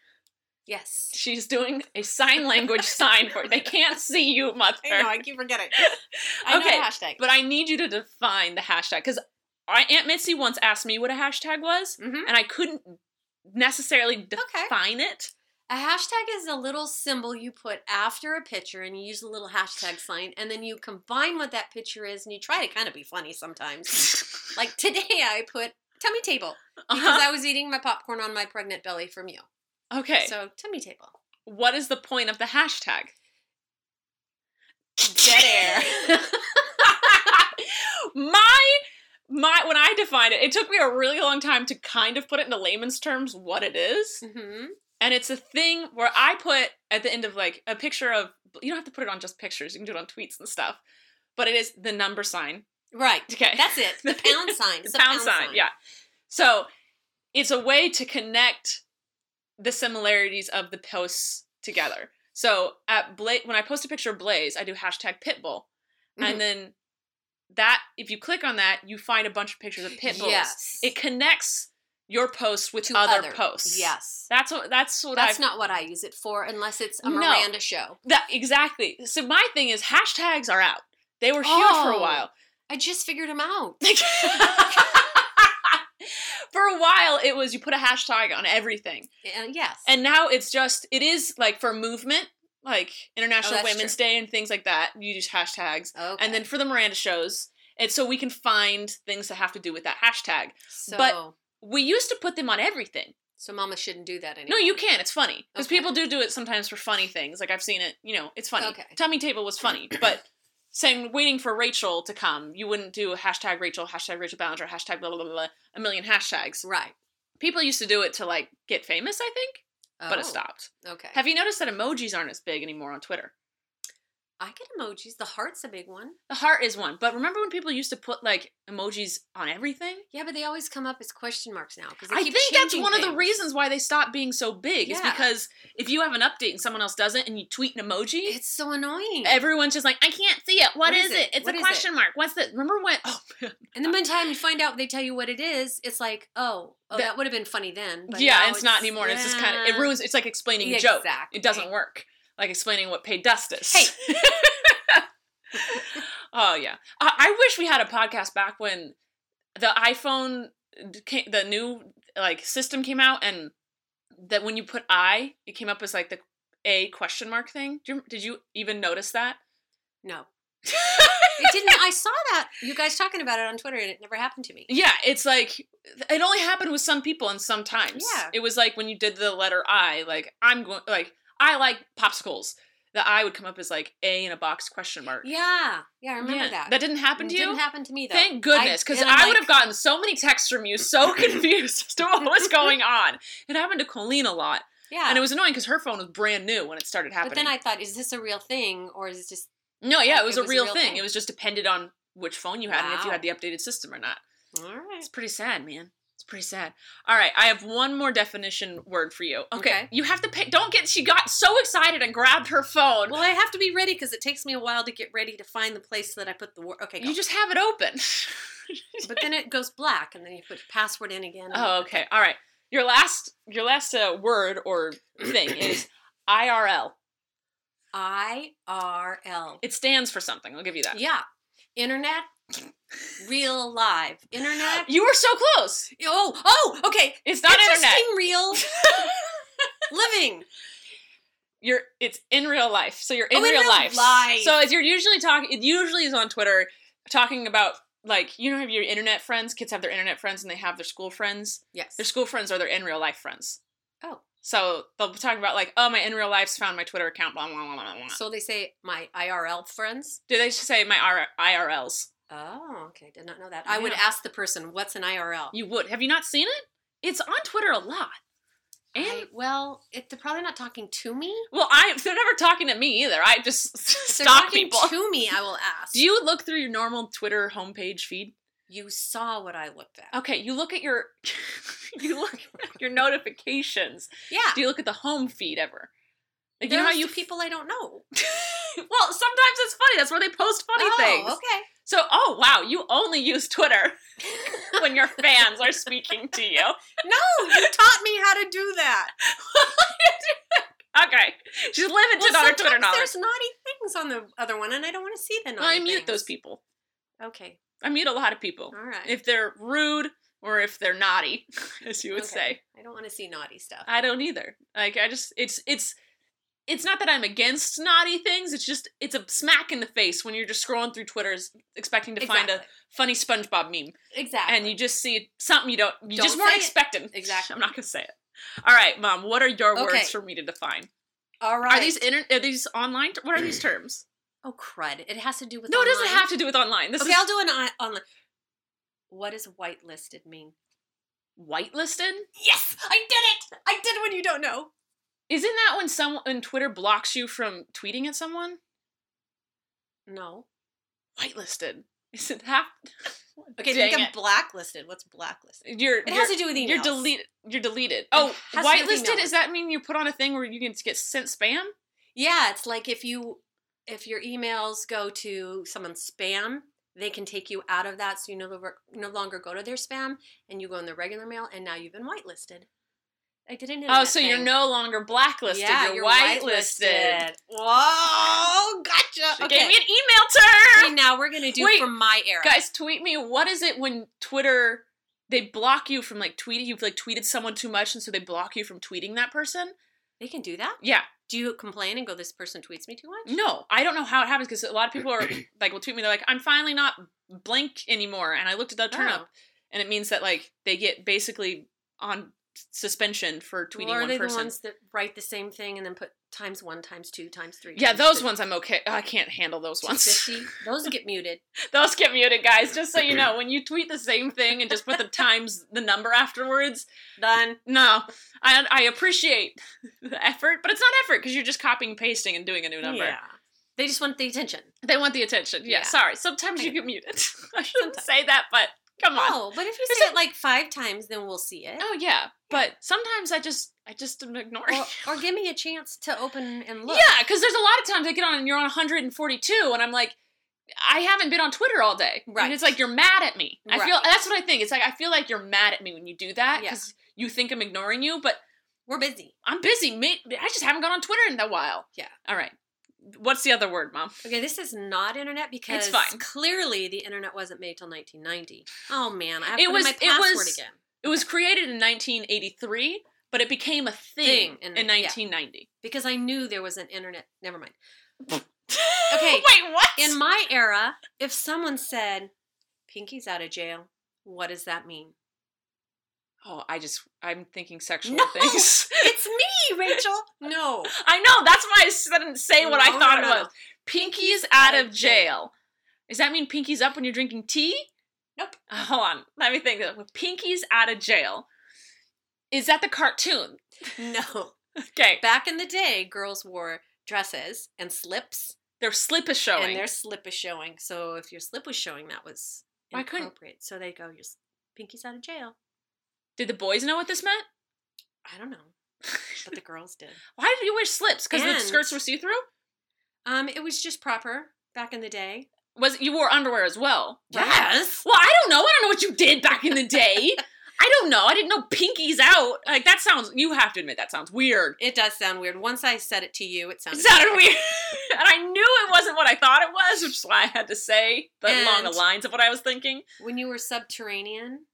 S2: Yes.
S1: She's doing a sign
S2: (laughs)
S1: language sign for They can't see you, mother. (laughs)
S2: keep forgetting.
S1: Okay,
S2: hashtag.
S1: But I need you to define the hashtag because Aunt Mitzi once asked me what a hashtag was,
S2: Mhm.
S1: and I couldn't necessarily define
S2: (laughs)
S1: it.
S2: A hashtag is a little symbol you put after a picture and you use a little hashtag sign and then you combine what that picture is and you try to kind of be funny sometimes.
S1: (laughs)
S2: like today I put tummy table because
S1: Uh-huh.
S2: I was eating my popcorn on my pregnant belly from you.
S1: Okay.
S2: So tummy table.
S1: what is the point of the hashtag?
S2: Dead air.
S1: my my when I defined it, it took me a really long time to kind of put it into layman's terms what it is.
S2: (laughs) mm-hmm.
S1: And it's a thing where I put at the end of like a picture of you don't have to put it on just pictures, you can do it on tweets and stuff. But it is the number sign.
S2: Right.
S1: Okay.
S2: That's it. The pound
S1: (laughs)
S2: sign. It's a
S1: pound, sign, yeah. So it's a way to connect the similarities of the posts together. So at Bla- when I post a picture of Blaze, I do hashtag Pitbull,
S2: Mhm.
S1: and then that if you click on that, you find a bunch of pictures of pit bulls.
S2: Yes.
S1: It connects your posts with
S2: To
S1: other, posts.
S2: Yes.
S1: that's what that's what
S2: That's
S1: I've
S2: not what I use it for unless it's a
S1: No.
S2: Miranda show.
S1: that exactly. So my thing is hashtags are out. They were huge for a
S2: Oh.
S1: while.
S2: I just figured him out.
S1: (laughs) for a while, it was you put a hashtag on everything.
S2: Uh, yes.
S1: And now it's just it is like for movement, like International
S2: Oh, that's
S1: Women's
S2: true.
S1: Day and things like that. You use hashtags,
S2: okay.
S1: and then for the Miranda shows, it's so we can find things that have to do with that hashtag.
S2: so,
S1: but- We used to put them on everything.
S2: so Mama shouldn't do that
S1: No,
S2: anymore.
S1: you can. It's funny because
S2: Okay.
S1: people do do it sometimes for funny things. Like I've seen it. You know, it's funny.
S2: Okay.
S1: Tummy table was
S2: (clears throat)
S1: funny, but saying waiting for Rachel to come, you wouldn't do hashtag Rachel, hashtag Rachel Ballinger, hashtag blah blah blah, blah a million hashtags.
S2: Right.
S1: People used to do it to like get famous, I think, but
S2: Oh,
S1: it stopped.
S2: Okay.
S1: Have you noticed that emojis aren't as big anymore on Twitter?
S2: I get emojis. The heart's a big one.
S1: The heart is one, but remember when people used to put like emojis on everything?
S2: Yeah, but they always come up as question marks now because
S1: I think that's one of the reasons why they stopped being so big is
S2: Yeah.
S1: because if you have an update and someone else doesn't and you tweet an emoji,
S2: It's so annoying.
S1: everyone's just like, I can't see it.
S2: What
S1: what is,
S2: is
S1: it?
S2: it?
S1: It's
S2: What
S1: a
S2: is
S1: question mark. What's the remember when (laughs) oh man.
S2: and then by the time you find out they tell you what it is, it's like, oh, oh,
S1: The-
S2: that, would have been funny then. But
S1: Yeah,
S2: now
S1: and it's not anymore. It's just kinda it
S2: yeah.
S1: ruins it's like explaining
S2: Yeah,
S1: a joke.
S2: Exactly.
S1: It doesn't work. Like explaining what paid dust is.
S2: Hey.
S1: (laughs) oh yeah. I, I wish we had a podcast back when the iPhone, came, the new like system came out, and that when you put I, it came up as like the a question mark thing. Did you, did you even notice that? (laughs)
S2: No. It didn't. I saw that you guys talking about it on Twitter, and it never happened to me.
S1: yeah, it's like it only happened with some people and sometimes.
S2: Yeah.
S1: It was like when you did the letter I, like I'm going, like I like popsicles. The I would come up as like a in a box question mark.
S2: Yeah, yeah, I remember
S1: Yeah.
S2: that. Mm,
S1: That didn't happen to you?
S2: Didn't happen to me though.
S1: Thank goodness, because I,
S2: and I'm
S1: would
S2: like-
S1: have gotten so many texts from you,
S2: (laughs)
S1: so confused as to what was going on. It happened to Colleen a lot,
S2: Yeah,
S1: and it was annoying because her phone was brand new when it started
S2: but
S1: happening.
S2: then I thought, is this a real thing or is it just?
S1: no, yeah, it
S2: it
S1: was, a real, thing. It was just depended on which phone you had and if you
S2: Wow.
S1: had the updated system or not.
S2: All right.
S1: It's pretty sad, man. It's pretty sad. All right, I have one more definition word for you. Okay,
S2: Okay.
S1: you have to pick. Don't get. She got so excited and grabbed her phone.
S2: Well, I have to be ready because it takes me a while to get ready to find the place that I put the word. Okay, go.
S1: you just have it
S2: (laughs)
S1: open.
S2: but then it goes black, and then you put password in again. and-
S1: Oh, okay. All right. Your last your last uh, word or
S2: (clears throat)
S1: thing is IRL.
S2: I R L. Uh,
S1: It stands for something. I'll give you that.
S2: Yeah, internet,
S1: (gasps)
S2: real live internet.
S1: You were so close.
S2: Oh, oh, okay.
S1: It's not internet.
S2: Interesting, real
S1: (laughs)
S2: living.
S1: You're it's in real life. So you're in,
S2: Oh, in
S1: real,
S2: real
S1: life.
S2: life.
S1: So as you're usually talking, it usually is on Twitter talking about like you know have your internet friends. Kids have their internet friends and they have their school friends.
S2: Yes.
S1: (laughs) Their school friends are their in real life friends.
S2: Oh.
S1: So they'll be talking about like, oh, my in real life's found my Twitter account. Blah blah blah blah blah.
S2: So they say my IRL friends.
S1: Do they say my R- IRLs?
S2: Oh, okay. Did not know that. I would
S1: Yeah.
S2: ask the person, "What's an IRL?"
S1: You would. Have you not seen it? It's on Twitter a lot. And
S2: I- well, it, they're probably not talking to
S1: (laughs)
S2: me.
S1: well, I they're never talking at me either. I just (laughs)
S2: If they're
S1: stalk
S2: talking
S1: people.
S2: to me, I will
S1: (laughs)
S2: ask.
S1: Do you look through your normal Twitter homepage feed?
S2: You saw what I looked at.
S1: Okay, you look at your (laughs) you (laughs) look at your notifications.
S2: Yeah.
S1: Do you look at the home feed ever? Like you know
S2: There's
S1: how you
S2: people I don't know.
S1: (laughs)
S2: Oh,
S1: well, sometimes it's funny. That's where they post funny things.
S2: okay.
S1: (laughs) So, oh wow, you only use Twitter (laughs) when your fans are speaking to you.
S2: No, you taught me how to do
S1: (laughs)
S2: that.
S1: Okay, she's limited
S2: Well,
S1: on her
S2: sometimes
S1: Twitter knowledge.
S2: there's naughty things on the other one, and I don't want to see the naughty.
S1: I mute
S2: things.
S1: those people.
S2: Okay,
S1: I mute a lot of people
S2: all right.
S1: if they're rude or if they're naughty, (laughs) as you would
S2: Okay.
S1: say.
S2: I don't want to see naughty stuff.
S1: I don't either. Like I just it's it's it's not that I'm against naughty things. It's just it's a smack in the face when you're just scrolling through Twitter's expecting to find a funny SpongeBob meme
S2: exactly.
S1: and you just see something you don't you
S2: Don't
S1: just weren't
S2: say it.
S1: expecting. (laughs)
S2: Exactly.
S1: I'm not going to say it. All right, mom, what are your
S2: Okay.
S1: words for me to define?
S2: all right.
S1: Are these inter- are these online t- what are these terms?
S2: Oh crud! It has to do (clears throat) with.
S1: no, it doesn't
S2: online.
S1: have to do with online. This
S2: Okay,
S1: is
S2: I'll do an on- online. What does whitelisted mean?
S1: whitelisted.
S2: Yes, I did it. I did when you don't know.
S1: Isn't that when someone when Twitter blocks you from tweeting at someone?
S2: No.
S1: Whitelisted. (laughs) Isn't that
S2: Okay,
S1: Dang
S2: think
S1: it.
S2: of blacklisted. What's blacklisted?
S1: you're
S2: It has to do with emails.
S1: You're deleted. You're deleted. Oh,
S2: has to do with
S1: whitelisted.
S2: emails.
S1: Does that mean you put on a thing where you can get sent spam?
S2: Yeah, it's like if you if your emails go to someone's spam, they can take you out of that, so you no longer no longer go to their spam, and you go in the regular mail, and now you've been whitelisted. I didn't.
S1: Oh, so you're no longer blacklisted.
S2: Yeah,
S1: you're, whitelisted.
S2: Whoa,
S1: She
S2: gotcha.
S1: gave
S2: Okay.
S1: me an email
S2: Okay,
S1: term.
S2: now we're gonna do
S1: Wait,
S2: from my era.
S1: Guys, tweet me. What is it when Twitter they block you from like tweeting? You've like tweeted someone too much, and so they block you from tweeting that person.
S2: they can do that.
S1: Yeah.
S2: Do you complain and go, "This person tweets me too much"?
S1: No, I don't know how it happens because a lot of people
S2: (clears throat)
S1: are like will tweet me. They're like, I'm finally not blank anymore, and I looked at that turn up.
S2: Oh.
S1: and it means that like they get basically on suspension for tweeting
S2: or are
S1: one
S2: they
S1: person.
S2: the ones that write the same thing and then put times one, times two, times three?
S1: yeah,
S2: times
S1: those
S2: fif-
S1: ones I'm okay. I can't handle those ones.
S2: (laughs) 250? Those get muted.
S1: (laughs) those get muted, guys. Just so you know,
S2: (clears throat)
S1: when you tweet the same thing and just put the times the number afterwards,
S2: Done.
S1: no, I I appreciate (laughs) the effort, but it's not effort because you're just copying, pasting, and doing a new number.
S2: Yeah. They just want the attention.
S1: They want the attention. Yeah,
S2: Yeah.
S1: sorry. Sometimes
S2: I
S1: you get muted. (laughs) I shouldn't say that, but come on.
S2: Oh, but if you
S1: There's
S2: say
S1: a-
S2: it like five times, then we'll see it.
S1: Oh yeah, but sometimes I just I just am ignoring. (laughs)
S2: (laughs) Or, or give me a chance to open and look.
S1: Yeah, because there's a lot of times I get on and you're on 142, and I'm like, I haven't been on Twitter all day.
S2: Right.
S1: And it's like you're mad at me. I feel
S2: Right.
S1: that's what I think. It's like I feel like you're mad at me when you do that
S2: Yeah.
S1: because you think I'm ignoring you, but
S2: We're busy.
S1: I'm busy. May- I just haven't gone on Twitter in a while.
S2: Yeah.
S1: All right. What's the other word, mom?
S2: Okay, this is not internet because
S1: fine.
S2: clearly the internet wasn't made till 1990. Oh man, I have
S1: It
S2: to put in
S1: was-
S2: my
S1: it
S2: password
S1: was
S2: again.
S1: It was created in 1983, but it became a thing,
S2: Thing in-
S1: in,
S2: yeah.
S1: 1990.
S2: Because I knew there was an internet. Never mind. Okay.
S1: (laughs) Wait, what?
S2: In my era, if someone said, Pinky's out of jail, what does that mean?
S1: oh, I just I'm thinking sexual
S2: No.
S1: things. (laughs)
S2: It's me, Rachel. No.
S1: I know. That's why I s- didn't say what I
S2: No,
S1: thought
S2: no,
S1: it
S2: no,
S1: was.
S2: no.
S1: Pinky's out of jail. Does that mean Pinky's up when you're drinking tea?
S2: Nope.
S1: Uh, Hold on. Let me think. Pinky's out of jail. Is that the cartoon?
S2: No.
S1: Okay.
S2: Back in the day, girls wore dresses and slips,
S1: Their slip is showing.
S2: and their slip is showing. So if your slip was showing, that was
S1: Why couldn't-
S2: inappropriate. So they go, your s- pinky's out of jail.
S1: Did the boys know what this meant?
S2: I don't know, but the girls did.
S1: Why did you wear slips? Because the
S2: And-
S1: skirts were see through?
S2: Um, it was just proper back in the day.
S1: Was it, you wore underwear as well? right?
S2: Yes.
S1: Well, I don't know. I don't know what you did back in the day. I don't know. I didn't know Pinky's out. Like that sounds you have to admit that sounds weird.
S2: It does sound weird. Once I said it to you, it
S1: It
S2: sounded,
S1: sounded weird. (laughs) and I knew it wasn't what I thought it was, which is why I had to say that along
S2: And-
S1: the lines of what I was thinking.
S2: When you were subterranean,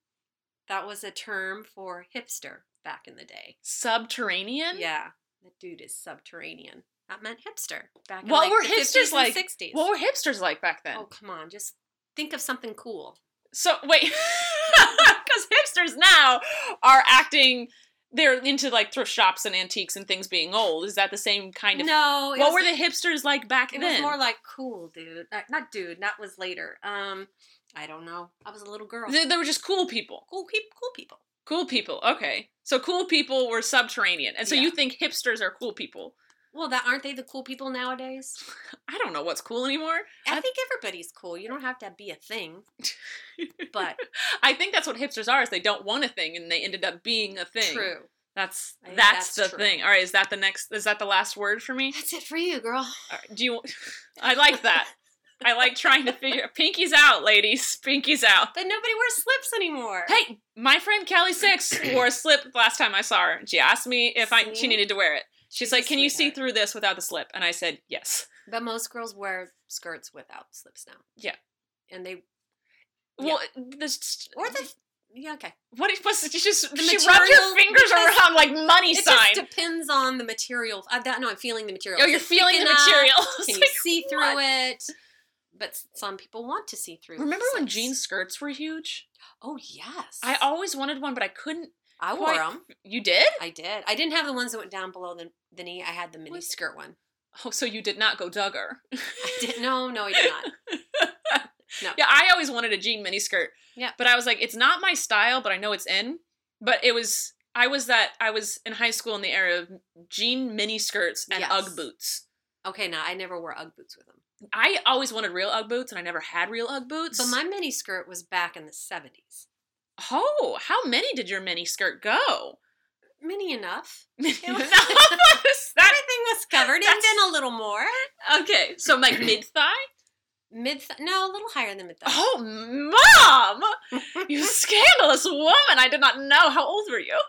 S2: that was a term for hipster back in the day.
S1: Subterranean?
S2: Yeah, that dude is subterranean. That meant hipster back in
S1: What
S2: like,
S1: were
S2: the
S1: hipsters
S2: 50s
S1: like?
S2: and 60s.
S1: What were hipsters like back then?
S2: Oh, come on. Just think of something cool.
S1: So, wait. (laughs) Because hipsters now are acting, they're into like thrift shops and antiques and things being old. Is that the same kind of.
S2: No. It
S1: what
S2: was,
S1: were the hipsters like back
S2: It
S1: then?
S2: was more like cool, dude. Uh, Not dude. That was later. Um, I don't know. I was a little girl.
S1: they, they were just cool people.
S2: cool, peop cool people.
S1: Cool people. Okay. So cool people were subterranean. And so
S2: Yeah.
S1: you think hipsters are cool people.
S2: Well, that aren't they the cool people nowadays?
S1: I don't know what's cool anymore.
S2: I
S1: I-
S2: think everybody's cool. You don't have to be
S1: (laughs)
S2: a thing. But
S1: I think that's what hipsters are is they don't want a thing and they ended up being a thing.
S2: true.
S1: That's
S2: I think
S1: that's,
S2: that's
S1: the
S2: true.
S1: thing. All right, is that the next is that the last word for me?
S2: That's it for you, girl.
S1: All right, Do you (laughs) I like
S2: (laughs)
S1: that. I like trying to figure (laughs) pinkies out, ladies. Pinkies out.
S2: But nobody wears slips anymore.
S1: Hey, my friend Callie
S2: (clears throat)
S1: Six wore a slip last time I saw her. She asked me if I she
S2: See?
S1: needed to wear it. She's
S2: She's
S1: like,
S2: a
S1: "Can you see
S2: sweetheart."
S1: through this without the slip?" And I said, "Yes."
S2: But most girls wear skirts without slips now.
S1: Yeah.
S2: And they
S1: Well, this
S2: or the yeah okay.
S1: what it was it's just
S2: The
S1: she rubbed her
S2: material-
S1: fingers
S2: because-
S1: around like money
S2: It
S1: sign.
S2: just depends on the material. I don't know. I'm feeling the material.
S1: oh,
S2: Is
S1: you're
S2: it
S1: feeling the
S2: thick enough?
S1: material. (laughs)
S2: (laughs) Can
S1: It's
S2: you
S1: like,
S2: see through
S1: what?
S2: it? But s- some people want to see through.
S1: Remember when
S2: slips.
S1: jean skirts were huge?
S2: Oh yes.
S1: I always wanted one, but I couldn't.
S2: I wore
S1: quite-
S2: them.
S1: You did?
S2: I did. I didn't have the ones that went down below the, the knee. I had the mini
S1: What? (laughs)
S2: skirt one.
S1: Oh, so you did not go Duggar.
S2: I did no, no, I did not.
S1: Yeah, I always wanted a jean miniskirt.
S2: Yeah.
S1: But I was like, it's not my style, but I know it's in. But it was I was that I was in high school in the era of jean miniskirts and
S2: Yes.
S1: UGG boots.
S2: Okay, now I never wore UGG boots with them.
S1: I always wanted real UGG boots, and I never had real UGG boots.
S2: But my mini skirt was back in the seventies.
S1: oh, how many did your miniskirt go? (laughs)
S2: Mini enough.
S1: Now,
S2: (laughs)
S1: what is that
S2: Everything was covered, and
S1: That's-
S2: then a little more.
S1: okay? So
S2: (clears throat)
S1: like mid thigh.
S2: Mid, th- no, a little higher than mid thigh.
S1: Oh, mom!
S2: (laughs)
S1: You scandalous woman! I did not know. How old were you?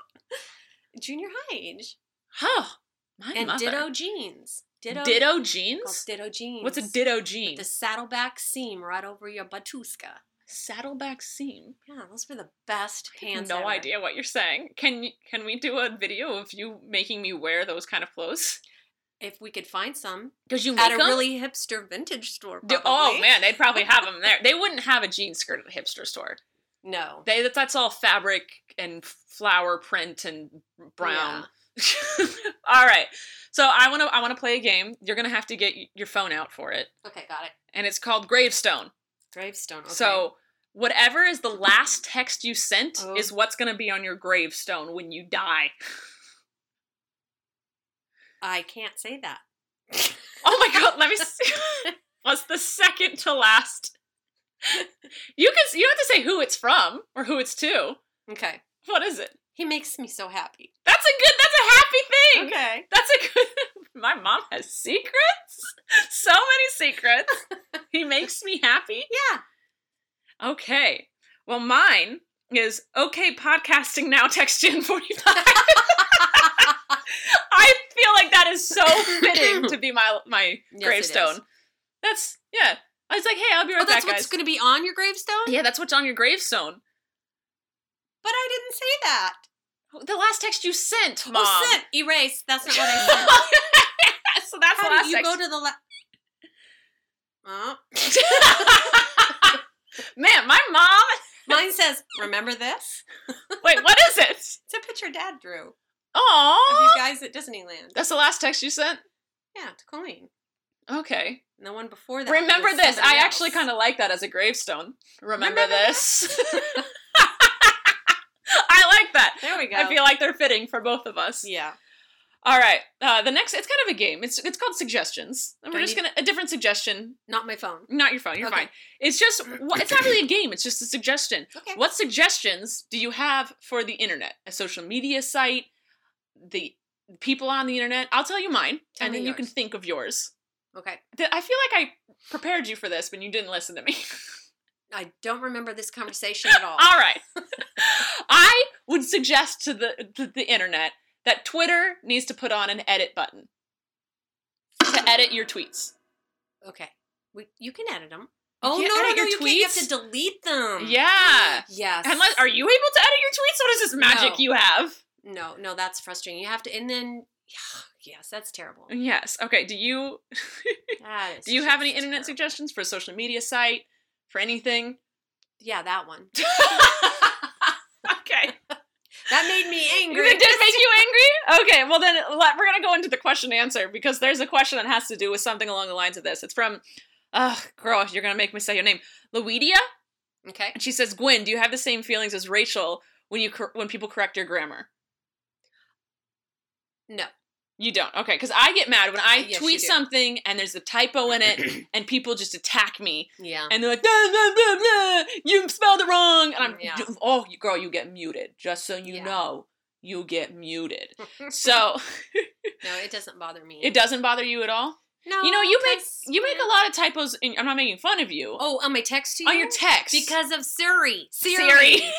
S2: Junior high age.
S1: Oh, my
S2: and
S1: mother.
S2: ditto jeans. Ditto.
S1: Ditto
S2: Called
S1: jeans?
S2: ditto jeans.
S1: What's a ditto jean?
S2: The saddleback seam right over your batuska.
S1: Saddleback seam.
S2: Yeah, those were the best pants.
S1: no
S2: ever.
S1: idea what you're saying. Can you, can we do a video of you making me wear those kind of clothes?
S2: If we could find some
S1: Because you
S2: at
S1: make
S2: a
S1: 'em?
S2: really hipster vintage store.
S1: Do-
S2: Probably.
S1: oh man, they'd probably have them there. They wouldn't have a jean skirt at a hipster store.
S2: No.
S1: They that- that's all fabric and flower print and brown. (laughs) all right. So I want to I want to play a game. You're going to have to get y- your phone out for it.
S2: Okay, got it.
S1: And it's called Gravestone.
S2: Gravestone. Okay.
S1: So whatever is the last text you sent
S2: Oh.
S1: is what's going to be on your gravestone when you die.
S2: I can't say that.
S1: Oh my god, let me see. (laughs) What's the second to last? You can you don't have to say who it's from or who it's to.
S2: (laughs) Okay.
S1: What is it?
S2: He makes me so happy.
S1: That's a good that's a happy thing.
S2: Okay.
S1: That's a good (laughs) My mom has secrets. So many secrets. he makes me happy.
S2: Yeah.
S1: Okay. Well, mine is okay podcasting now text gen 45. (laughs)
S2: (laughs)
S1: I feel like that is so fitting to be my my
S2: Yes, it
S1: gravestone.
S2: is.
S1: That's yeah. I was like, hey, I'll be right
S2: oh, that's
S1: back,
S2: what's
S1: guys.
S2: going to be on your gravestone?
S1: yeah, that's what's on your gravestone.
S2: But I didn't say that.
S1: The last text you sent, mom.
S2: Oh, sit. Erase. That's not what I (laughs) said.
S1: (laughs) so that's the
S2: How
S1: last
S2: did you
S1: text.
S2: go to the left? Oh.
S1: (laughs) Man, my mom.
S2: Mine says, remember this?
S1: (laughs) Wait, what is it?
S2: It's a picture Dad drew of you
S1: Oh,
S2: guys at Disneyland.
S1: that's the last text you sent.
S2: Yeah, to Colleen.
S1: Okay.
S2: And the one before that.
S1: Remember
S2: was
S1: this. I
S2: somebody
S1: actually
S2: else.
S1: kind of like that as a gravestone. Remember,
S2: Remember
S1: this. (laughs) I like that.
S2: There we go.
S1: I feel like they're fitting for both of us.
S2: Yeah.
S1: All right. Uh, the next, it's kind of a game. It's it's called suggestions. And
S2: Do
S1: we're
S2: I
S1: just
S2: need-
S1: gonna a different suggestion.
S2: Not my phone.
S1: Not your phone. You're
S2: Okay.
S1: fine. It's just wha- it's not really a game. It's just a suggestion.
S2: Okay.
S1: What suggestions do you have for the internet? A social media site, the people on the internet. I'll tell you mine,
S2: Tell
S1: and
S2: me
S1: then you can
S2: yours.
S1: think of yours.
S2: Okay.
S1: Th- I feel like I prepared you for this, but you didn't listen to
S2: (laughs)
S1: me.
S2: I don't remember this conversation (laughs) at all.
S1: All right. (laughs) I would suggest to the, to the internet that Twitter needs to put on an edit button to edit your tweets.
S2: Okay. We, you can edit them.
S1: You
S2: Oh, no,
S1: can't
S2: no,
S1: edit
S2: no,
S1: your
S2: you can't. You have
S1: tweets?
S2: to delete them.
S1: Yeah.
S2: Hmm. Yes.
S1: Unless are you able to edit your tweets? What is this magic
S2: No.
S1: you have?
S2: No, no, that's frustrating. You have to, and then, (sighs) yes,
S1: (laughs)
S2: that's terrible.
S1: Yes. Okay. Do you
S2: That is
S1: do you have any
S2: just
S1: internet
S2: terrible.
S1: suggestions for a social media site? For
S2: (laughs)
S1: anything?
S2: Yeah,
S1: (laughs)
S2: that one.
S1: Okay.
S2: That made me angry.
S1: It (laughs) did make you angry? Okay, well then let, we're gonna go into the question and answer because there's a question that has to do with something along the lines of this. It's from Ugh, girl, you're gonna make me say your name. Luidia?
S2: Okay.
S1: And she says, Gwen, do you have the same feelings as Rachel when you cor- when people correct your grammar?
S2: No.
S1: You don't. Okay, cuz I get mad when I
S2: Yes, you
S1: tweet
S2: do.
S1: something and there's a typo in
S2: (clears throat)
S1: it and people just attack me
S2: Yeah. (laughs)
S1: and they're like, "Blah, blah, blah, blah, you spelled it wrong. And I'm,
S2: Yeah.
S1: oh, you- girl, you get muted. Just so you
S2: Yeah.
S1: know, you get muted. So
S2: No, it doesn't bother me.
S1: it doesn't bother you at all.
S2: No.
S1: you know, you make
S2: 'cause-
S1: you make a lot of typos. In, I'm not making fun of you
S2: Oh, on my text to you?
S1: on your text
S2: Because of Siri.
S1: Siri,
S2: Siri.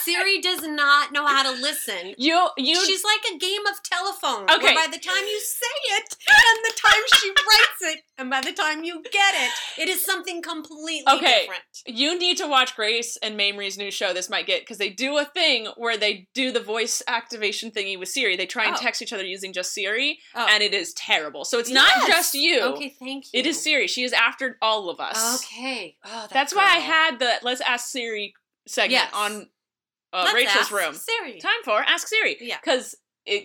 S2: Siri does not know how to
S1: (laughs)
S2: listen.
S1: you you
S2: She's like a game of telephone.
S1: Okay.
S2: Where by the time you say it, and the time
S1: (laughs)
S2: she writes it, and by the time you get it, it is something completely
S1: Okay.
S2: different.
S1: you need to watch Grace and Mamrie's new show. This might get because they do a thing where they do the voice activation thingy with Siri. They try and
S2: Oh.
S1: text each other using just Siri,
S2: Oh.
S1: and it is terrible. So it's not
S2: Yes.
S1: just you.
S2: Okay, thank you.
S1: It is Siri. She is after all of us.
S2: Okay. Oh, that
S1: That's why I
S2: girl.
S1: had the Let's Ask Siri segment
S2: Yes.
S1: on uh,
S2: Let's
S1: Rachel's
S2: ask
S1: room.
S2: Siri.
S1: Time for Ask Siri.
S2: Yeah.
S1: Because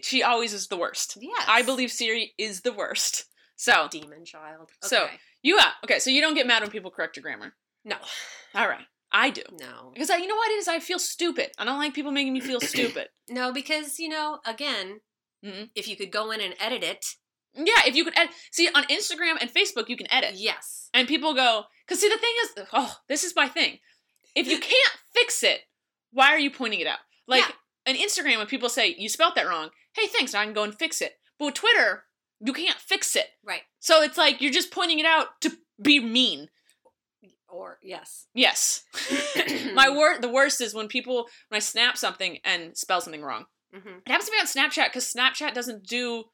S1: she always is the worst.
S2: Yes.
S1: I believe Siri is the worst. So,
S2: Demon child. Okay.
S1: So- you yeah. Okay, so you don't get mad when people correct your grammar.
S2: no,
S1: All right. I do.
S2: no,
S1: Because I, you know what it is? I feel stupid. I don't like people making me
S2: (coughs)
S1: feel stupid.
S2: no, because you know, again,
S1: Mhm.
S2: if you could go in and edit it,
S1: Yeah, if you could edit. See, on Instagram and Facebook, you can edit.
S2: yes,
S1: And people go, because see, the thing is, oh, this is my thing. If you can't fix it, why are you pointing it out? Like an Instagram, when people say, you spelt that wrong, hey, thanks, I can go and fix it. But with Twitter, you can't fix it.
S2: right,
S1: So it's like you're just pointing it out to be mean.
S2: or yes,
S1: Yes. my word, the worst is when people, when I snap something and spell something wrong.
S2: Mhm.
S1: It happens to me on Snapchat because Snapchat doesn't do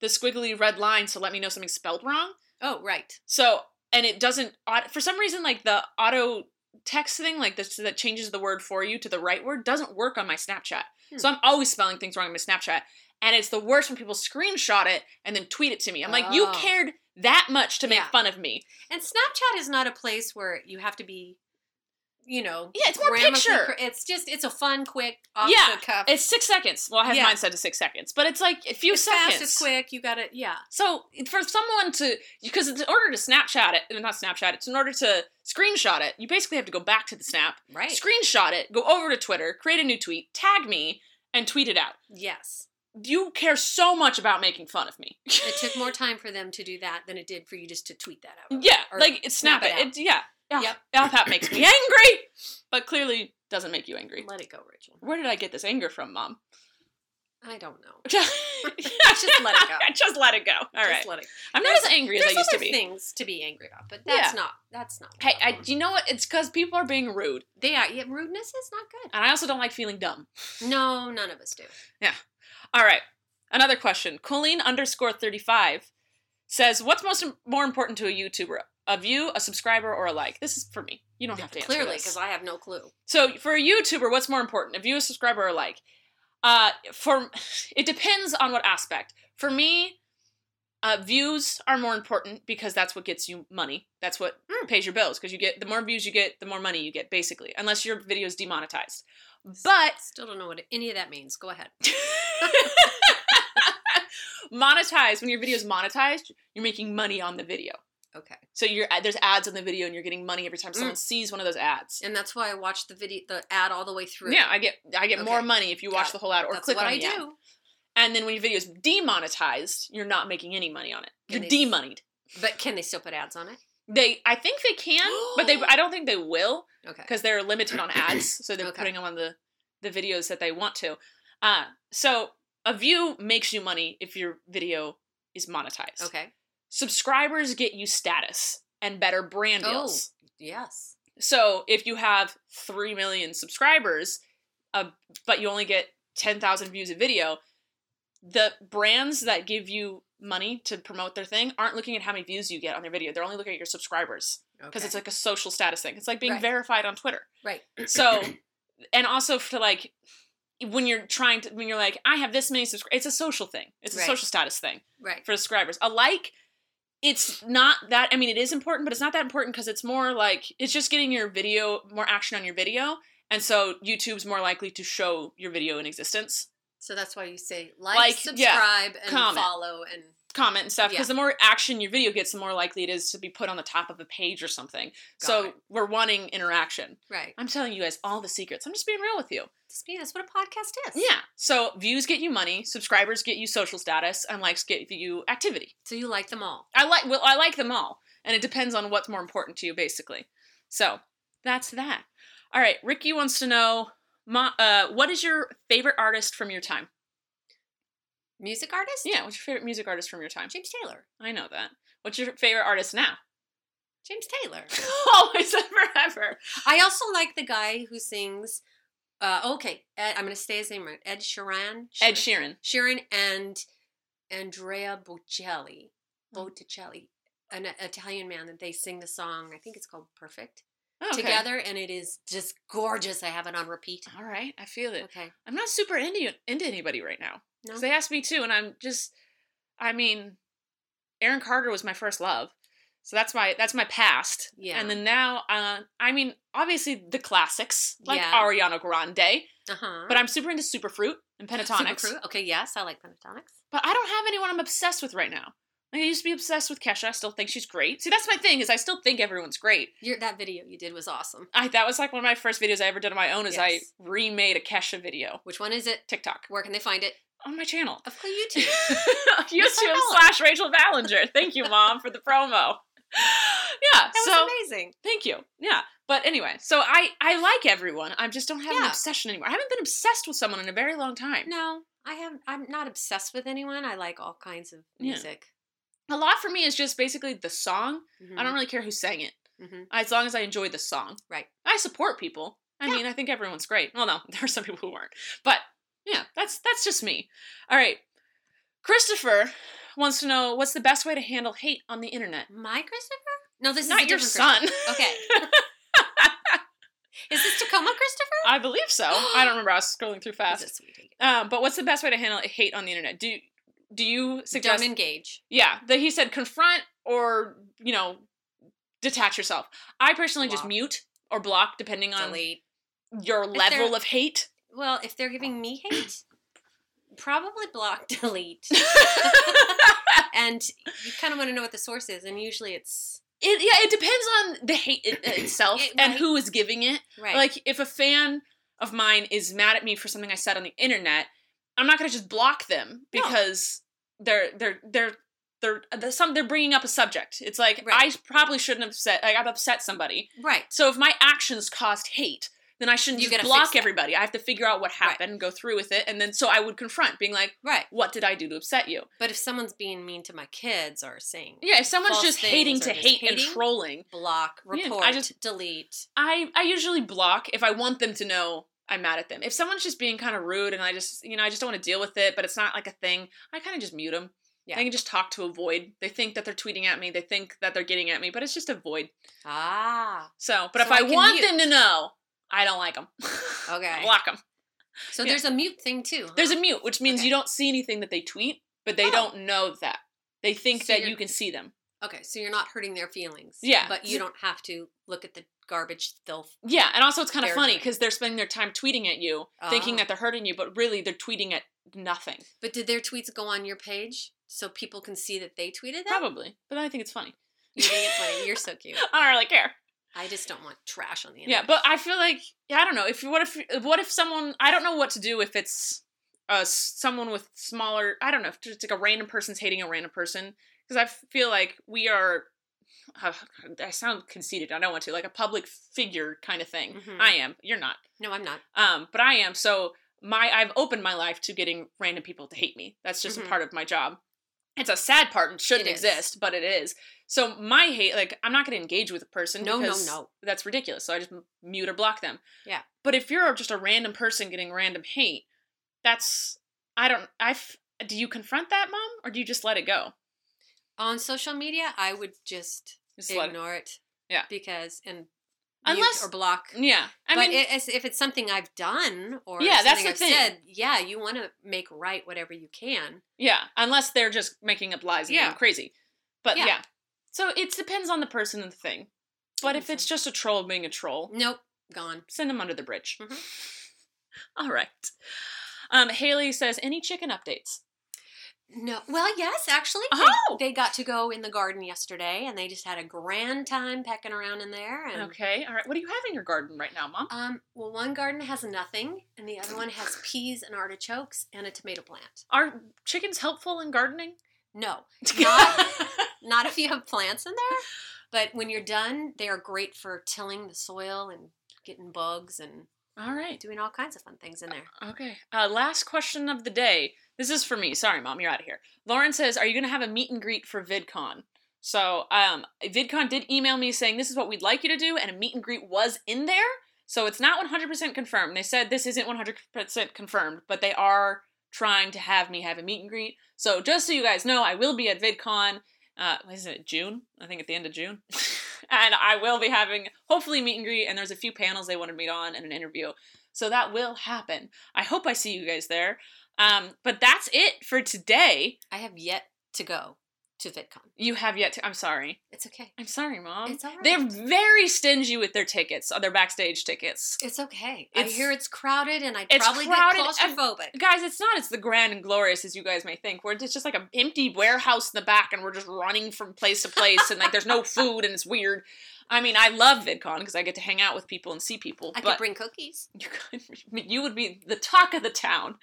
S1: the squiggly red line to let me know something's spelled wrong.
S2: Oh, right.
S1: So, and it doesn't aut- for some reason like the auto text thing like this that changes the word for you to the right word doesn't work on my Snapchat.
S2: Hmm.
S1: So I'm always spelling things wrong on my Snapchat, and it's the worst when people screenshot it and then tweet it to me. I'm like, you
S2: Oh.
S1: cared that much to make
S2: Yeah.
S1: fun of me.
S2: And Snapchat is not a place where you have to be, you know,
S1: Yeah, it's more
S2: grammatically
S1: picture.
S2: cor- It's just it's a fun, quick, off
S1: Yeah,
S2: the cuff.
S1: It's six seconds. Well, I have
S2: Yeah.
S1: mine set to six seconds, but it's like a few
S2: It's
S1: seconds.
S2: fast, it's quick. You got to yeah.
S1: So for someone to, because it's in order to Snapchat it, not Snapchat, it's in order to screenshot it. You basically have to go back to the snap,
S2: Right.
S1: screenshot it, go over to Twitter, create a new tweet, tag me, and tweet it out.
S2: yes.
S1: You care so much about making fun of me. (laughs)
S2: It took more time for them to do that than it did for you just to tweet that out.
S1: yeah,
S2: Or
S1: like it's snap,
S2: snap
S1: it.
S2: it
S1: It, yeah. Ugh,
S2: Yep.
S1: ugh, that makes me
S2: (laughs)
S1: angry, but clearly doesn't make you angry.
S2: Let it go, Rachel.
S1: Where did I get this anger from,
S2: (laughs)
S1: Mom? (laughs)
S2: I don't know.
S1: just
S2: let it go.
S1: (laughs) Just let it go. All
S2: Just
S1: right.
S2: let it
S1: I'm not as angry as I
S2: There's
S1: used to
S2: other
S1: be.
S2: things to be angry about, but that's
S1: Yeah.
S2: not that's not.
S1: Hey,
S2: one
S1: I,
S2: of them.
S1: you know what? It's because people are being rude,
S2: they are. Yeah, rudeness is not
S1: and I also don't like feeling dumb.
S2: good. No, none of us do.
S1: All right. Another question. Colleen underscore 35 says, What's most more important to a YouTuber? A view, a subscriber, or a like? This is for me. You don't have to answer
S2: Clearly,
S1: this.
S2: because I have no clue.
S1: So for a YouTuber, what's more important? A view, a subscriber, or a like? Uh, for (laughs) it depends on what aspect. For me, uh, views are more important because that's what gets you money. That's what
S2: Mm.
S1: pays your bills. Because you get the more views you get, the more money you get, basically. Unless your video is demonetized. But
S2: Still don't know what any of that means. Go ahead.
S1: monetized when your video is monetized you're making money on the video
S2: Okay.
S1: so you're uh, there's ads on the video and you're getting money every time
S2: Mm.
S1: someone sees one of those ads
S2: And that's why I watched the video, the ad all the way through.
S1: yeah i get i get more
S2: Okay.
S1: money if you
S2: Got
S1: watch
S2: it.
S1: the whole ad or
S2: that's
S1: click
S2: what
S1: on
S2: I
S1: the ad.
S2: do.
S1: and then when your video is demonetized you're not making any money on it
S2: Can
S1: you're
S2: they-
S1: demonetized
S2: But can they still put ads on it?
S1: they i think they can but
S2: (gasps)
S1: they i don't think they will
S2: Okay.
S1: because they're limited on ads, so they're
S2: Okay.
S1: putting them on the the videos that they want to. Uh, so a view makes you money if your video is monetized.
S2: Okay.
S1: Subscribers get you status and better brand
S2: Oh.
S1: deals.
S2: Yes.
S1: So if you have three million subscribers, uh, but you only get ten thousand views a video, the brands that give you money to promote their thing aren't looking at how many views you get on their video. They're only looking at your subscribers because
S2: Okay.
S1: it's like a social status thing. It's like being
S2: Right.
S1: verified on
S2: (clears throat)
S1: Twitter.
S2: right.
S1: So, and also for like when you're trying to when you're like I have this many subscribers, it's a social thing. It's a
S2: Right.
S1: social status thing
S2: Right.
S1: for subscribers. A like, it's not that. I mean, it is important, but it's not that important because it's more like it's just getting your video more action on your video, and so YouTube's more likely to show your video in existence.
S2: So that's why you say like,
S1: Like, yeah,
S2: subscribe, and
S1: comment.
S2: follow, and
S1: comment and stuff because
S2: Yeah.
S1: the more action your video gets, the more likely it is to be put on the top of a page or something.
S2: Got
S1: so
S2: it.
S1: we're wanting interaction.
S2: Right.
S1: I'm telling you guys all the secrets. I'm just being real with you.
S2: Just being- That's what a podcast is.
S1: Yeah. So views get you money, subscribers get you social status, and likes get you activity.
S2: So you like them all.
S1: I like well, I like them all, and it depends on what's more important to you, basically. So that's that. All right, Ricky wants to know, Ma, uh, what is your favorite artist from your time?
S2: Music artist?
S1: Yeah, what's your favorite music artist from your time?
S2: James Taylor.
S1: I know that. What's your favorite artist now? (laughs)
S2: James Taylor.
S1: Always and forever.
S2: I also like the guy who sings. Uh, okay, Ed, I'm going to say his name right. Ed Sheeran.
S1: Ed Sheeran.
S2: Sheeran and Andrea Bocelli.
S1: Oh.
S2: Botticelli, an Italian man that they sing the song. I think it's called "Perfect"
S1: Oh, Okay.
S2: together, and it is just gorgeous. I have it
S1: (laughs)
S2: on repeat.
S1: All right, I feel it.
S2: Okay,
S1: I'm not super into into anybody right now.
S2: No?
S1: 'Cause they asked me too, and I'm just, I mean, Aaron Carter was my first love, so that's my that's my past.
S2: Yeah.
S1: And then now, uh, I mean, obviously the classics like
S2: Yeah.
S1: Ariana Grande,
S2: uh huh.
S1: but I'm super into Superfruit
S2: (laughs)
S1: and Pentatonics.
S2: Okay, yes, I like pentatonics.
S1: But I don't have anyone I'm obsessed with right now. Like I used to be obsessed with Kesha. I still think she's great. See, that's my thing is I still think everyone's great.
S2: Your, that video you did was awesome.
S1: I that was like one of my first videos I ever did on my own. Is I
S2: Yes.
S1: remade a Kesha video
S2: Which one is it?
S1: TikTok
S2: Where can they find it?
S1: on my channel.
S2: Of course,
S1: (laughs)
S2: YouTube.
S1: YouTube
S2: Rachel
S1: slash Rachel Ballinger. Thank you, Mom, for the promo. (laughs) Yeah.
S2: That
S1: so
S2: was amazing.
S1: thank you. Yeah. But anyway, so I I like everyone. I just don't have an
S2: Yeah.
S1: obsession anymore. I haven't been obsessed with someone in a very long time.
S2: No, I have. I'm not obsessed with anyone. I like all kinds of
S1: Yeah.
S2: music.
S1: A lot for me is just basically the song. I don't
S2: Mhm,
S1: really care who sang it,
S2: mhm.
S1: as long as I enjoy the song.
S2: Right.
S1: I support people. I
S2: Yeah.
S1: mean, I think everyone's great. Well, no, (laughs) there are some people who aren't, but yeah, that's that's just me. All right. Christopher wants to know what's the best way to handle hate on the internet.
S2: My Christopher? No, this is
S1: Not
S2: a
S1: your
S2: different
S1: son. (laughs)
S2: Christopher. Okay. is this Tacoma Christopher?
S1: I believe so. I don't remember. I was scrolling through
S2: He's a
S1: fast.
S2: sweetie.
S1: Um, but what's the best way to handle hate on the internet? Do do you suggest?
S2: Don't engage.
S1: yeah, that he said confront or you know detach yourself. I personally just
S2: Block.
S1: mute or block depending on
S2: Delete.
S1: your level
S2: they're-
S1: of hate.
S2: Well, if they're giving me hate, probably block, (laughs) delete, and you kind of want to know what the source is, and usually it's
S1: It, yeah, it depends on the hate it,
S2: (clears throat)
S1: itself
S2: It-
S1: and
S2: right.
S1: who is giving it.
S2: right.
S1: Like, if a fan of mine is mad at me for something I said on the internet, I'm not gonna just block them
S2: No.
S1: because they're they're they're they're they're, some, they're bringing up a subject. It's like
S2: Right.
S1: I probably shouldn't have said like I've upset somebody.
S2: right.
S1: So if my actions caused hate, then I shouldn't
S2: You
S1: just
S2: gotta fix
S1: block
S2: that.
S1: everybody. I have to figure out what happened, and go through with it, and then so I would confront, being like,
S2: Right.
S1: "What did I do to upset you?"
S2: But if someone's being mean to my kids or saying
S1: Yeah, if someone's
S2: False
S1: just hating
S2: things
S1: to
S2: or just
S1: hate and
S2: hating.
S1: trolling,
S2: block,
S1: Yeah, I
S2: report,
S1: just-
S2: delete,
S1: I I usually block if I want them to know I'm mad at them. If someone's just being kind of rude and I just you know I just don't want to deal with it, but it's not like a thing, I kind of just mute them.
S2: Yeah.
S1: I can just talk to a void. They think that they're tweeting at me. They think that they're getting at me, but it's just a void.
S2: ah.
S1: So, but
S2: So
S1: if I,
S2: I can
S1: want
S2: mute.
S1: them to know, I don't (laughs) like them.
S2: Okay.
S1: block them.
S2: So
S1: Yeah.
S2: there's a mute thing too. huh?
S1: There's a mute, which means
S2: Okay.
S1: you don't see anything that they tweet, but they
S2: Oh.
S1: don't know that. They think
S2: So
S1: that
S2: you're-
S1: you can see them.
S2: Okay, so you're not hurting their feelings.
S1: Yeah.
S2: But you don't have to look at the garbage they'll
S1: Yeah, and also it's kind of
S2: They're
S1: funny
S2: doing it.
S1: because they're Oh. spending their time tweeting at you, thinking
S2: Ah.
S1: that they're hurting you, but really they're tweeting at nothing.
S2: But did their tweets go on your page so people can see that they tweeted them?
S1: Probably, but I think it's funny.
S2: You think it's funny. You're so
S1: (laughs)
S2: cute.
S1: I don't really care.
S2: I just don't want trash on the
S1: Yeah,
S2: internet.
S1: but I feel like yeah, I don't know if what if what if someone I don't know what to do if it's uh s- someone with smaller I don't know if just like a random person's hating a random person because I feel like we are uh, I sound conceited I don't want to like a public figure kind of thing
S2: Mhm.
S1: I am you're not
S2: No, I'm not.
S1: um but I am so my I've opened my life to getting random people to hate me that's just
S2: Mhm.
S1: a part of my job it's a sad part and shouldn't
S2: It is.
S1: exist but it is so my hate like I'm not going to engage with a person
S2: No, no,
S1: because
S2: no.
S1: that's ridiculous. So I just m- mute or block them.
S2: Yeah.
S1: But if you're just a random person getting random hate, that's I don't I f- do you confront that mom or do you just let it go?
S2: On social media, I would just
S1: Just let it,
S2: ignore it.
S1: Yeah.
S2: Because and
S1: Unless-
S2: mute or block.
S1: yeah. I
S2: but
S1: mean,
S2: it, as- if it's something I've done or
S1: Yeah, that's
S2: something
S1: the
S2: I've
S1: thing.
S2: said, yeah, you want to make right whatever you can.
S1: yeah. Unless they're just making up lies and
S2: Yeah.
S1: being crazy. But yeah.
S2: Yeah.
S1: So it depends on the person and the thing. But if it's just a troll being a troll,
S2: Nope, gone.
S1: send them under the bridge. (laughs)
S2: Mhm.
S1: All right. Um, Haley says, any chicken updates?
S2: No. Well, yes, actually. They-
S1: Oh!
S2: They, got to go in the garden yesterday and they just had a grand time pecking around in there. And,
S1: Okay, all right. What do you have in your garden right now, Mom?
S2: Um, well, one garden has nothing and the other one has peas and artichokes and a tomato plant.
S1: Are chickens helpful in (laughs) gardening?
S2: No,
S1: (laughs)
S2: not, not if you have plants in there. But when you're done, they are great for tilling the soil and getting bugs and
S1: all right.
S2: doing all kinds of fun things in there.
S1: Okay. Uh, last question of the day. This is for me. Sorry, mom, you're out of here. Lauren says, "Are you going to have a meet and greet for VidCon?" So, um, VidCon did email me saying this is what we'd like you to do, and a meet and greet was in there. So it's not 100% confirmed. They said this isn't 100% confirmed, but they are trying to have me have a meet and greet. So just so you guys know, I will be at VidCon. Uh, what is it June? I think at the end of June. (laughs) and I will be having hopefully meet and greet. And there's a few panels they wanted me on and an interview. So that will happen. I hope I see you guys there. Um, but that's it for today.
S2: I have yet to go to VidCon.
S1: You have yet to. I'm sorry.
S2: It's okay.
S1: I'm sorry, mom.
S2: It's all right.
S1: They're very stingy with their tickets, uh, their backstage tickets.
S2: It's okay.
S1: It's-
S2: I hear it's crowded, and I
S1: It's
S2: probably
S1: crowded
S2: get
S1: and-
S2: claustrophobic.
S1: Guys, it's not as the grand and glorious as you guys may think. Where it's just like an empty warehouse in the back, and we're just running from place to place, and like there's
S2: (laughs)
S1: no food, and it's weird. I mean, I love VidCon because I get to hang out with people and see people.
S2: I
S1: but
S2: could bring cookies.
S1: you could you would be the talk of the
S2: (laughs)
S1: town.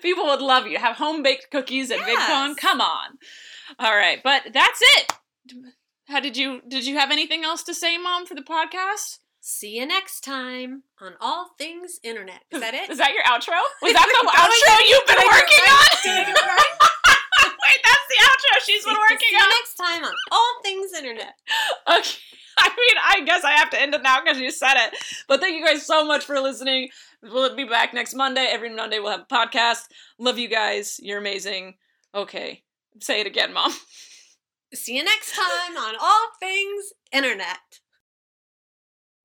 S1: People would love you. Have home baked cookies at
S2: Yes.
S1: VidCon. Come on. All right, but that's it. How did you did you have anything else to say, Mom, for the podcast?
S2: See you next time on all things internet. Is that
S1: (laughs)
S2: it?
S1: Is that your
S2: (laughs)
S1: outro? Was that the outro you've been
S2: Did I do it
S1: working
S2: right?
S1: on?
S2: Did I do it right?
S1: (laughs) Wait, that's the outro she's been
S2: See
S1: working
S2: you
S1: on.
S2: next time on all things internet.
S1: (laughs) Okay. I mean, I guess I have to end it now because you said it. But thank you guys so much for listening. We'll be back next Monday. Every Monday we'll have a podcast. Love you guys. You're amazing. Okay. Say it again, Mom. (laughs)
S2: See you next time on all things internet.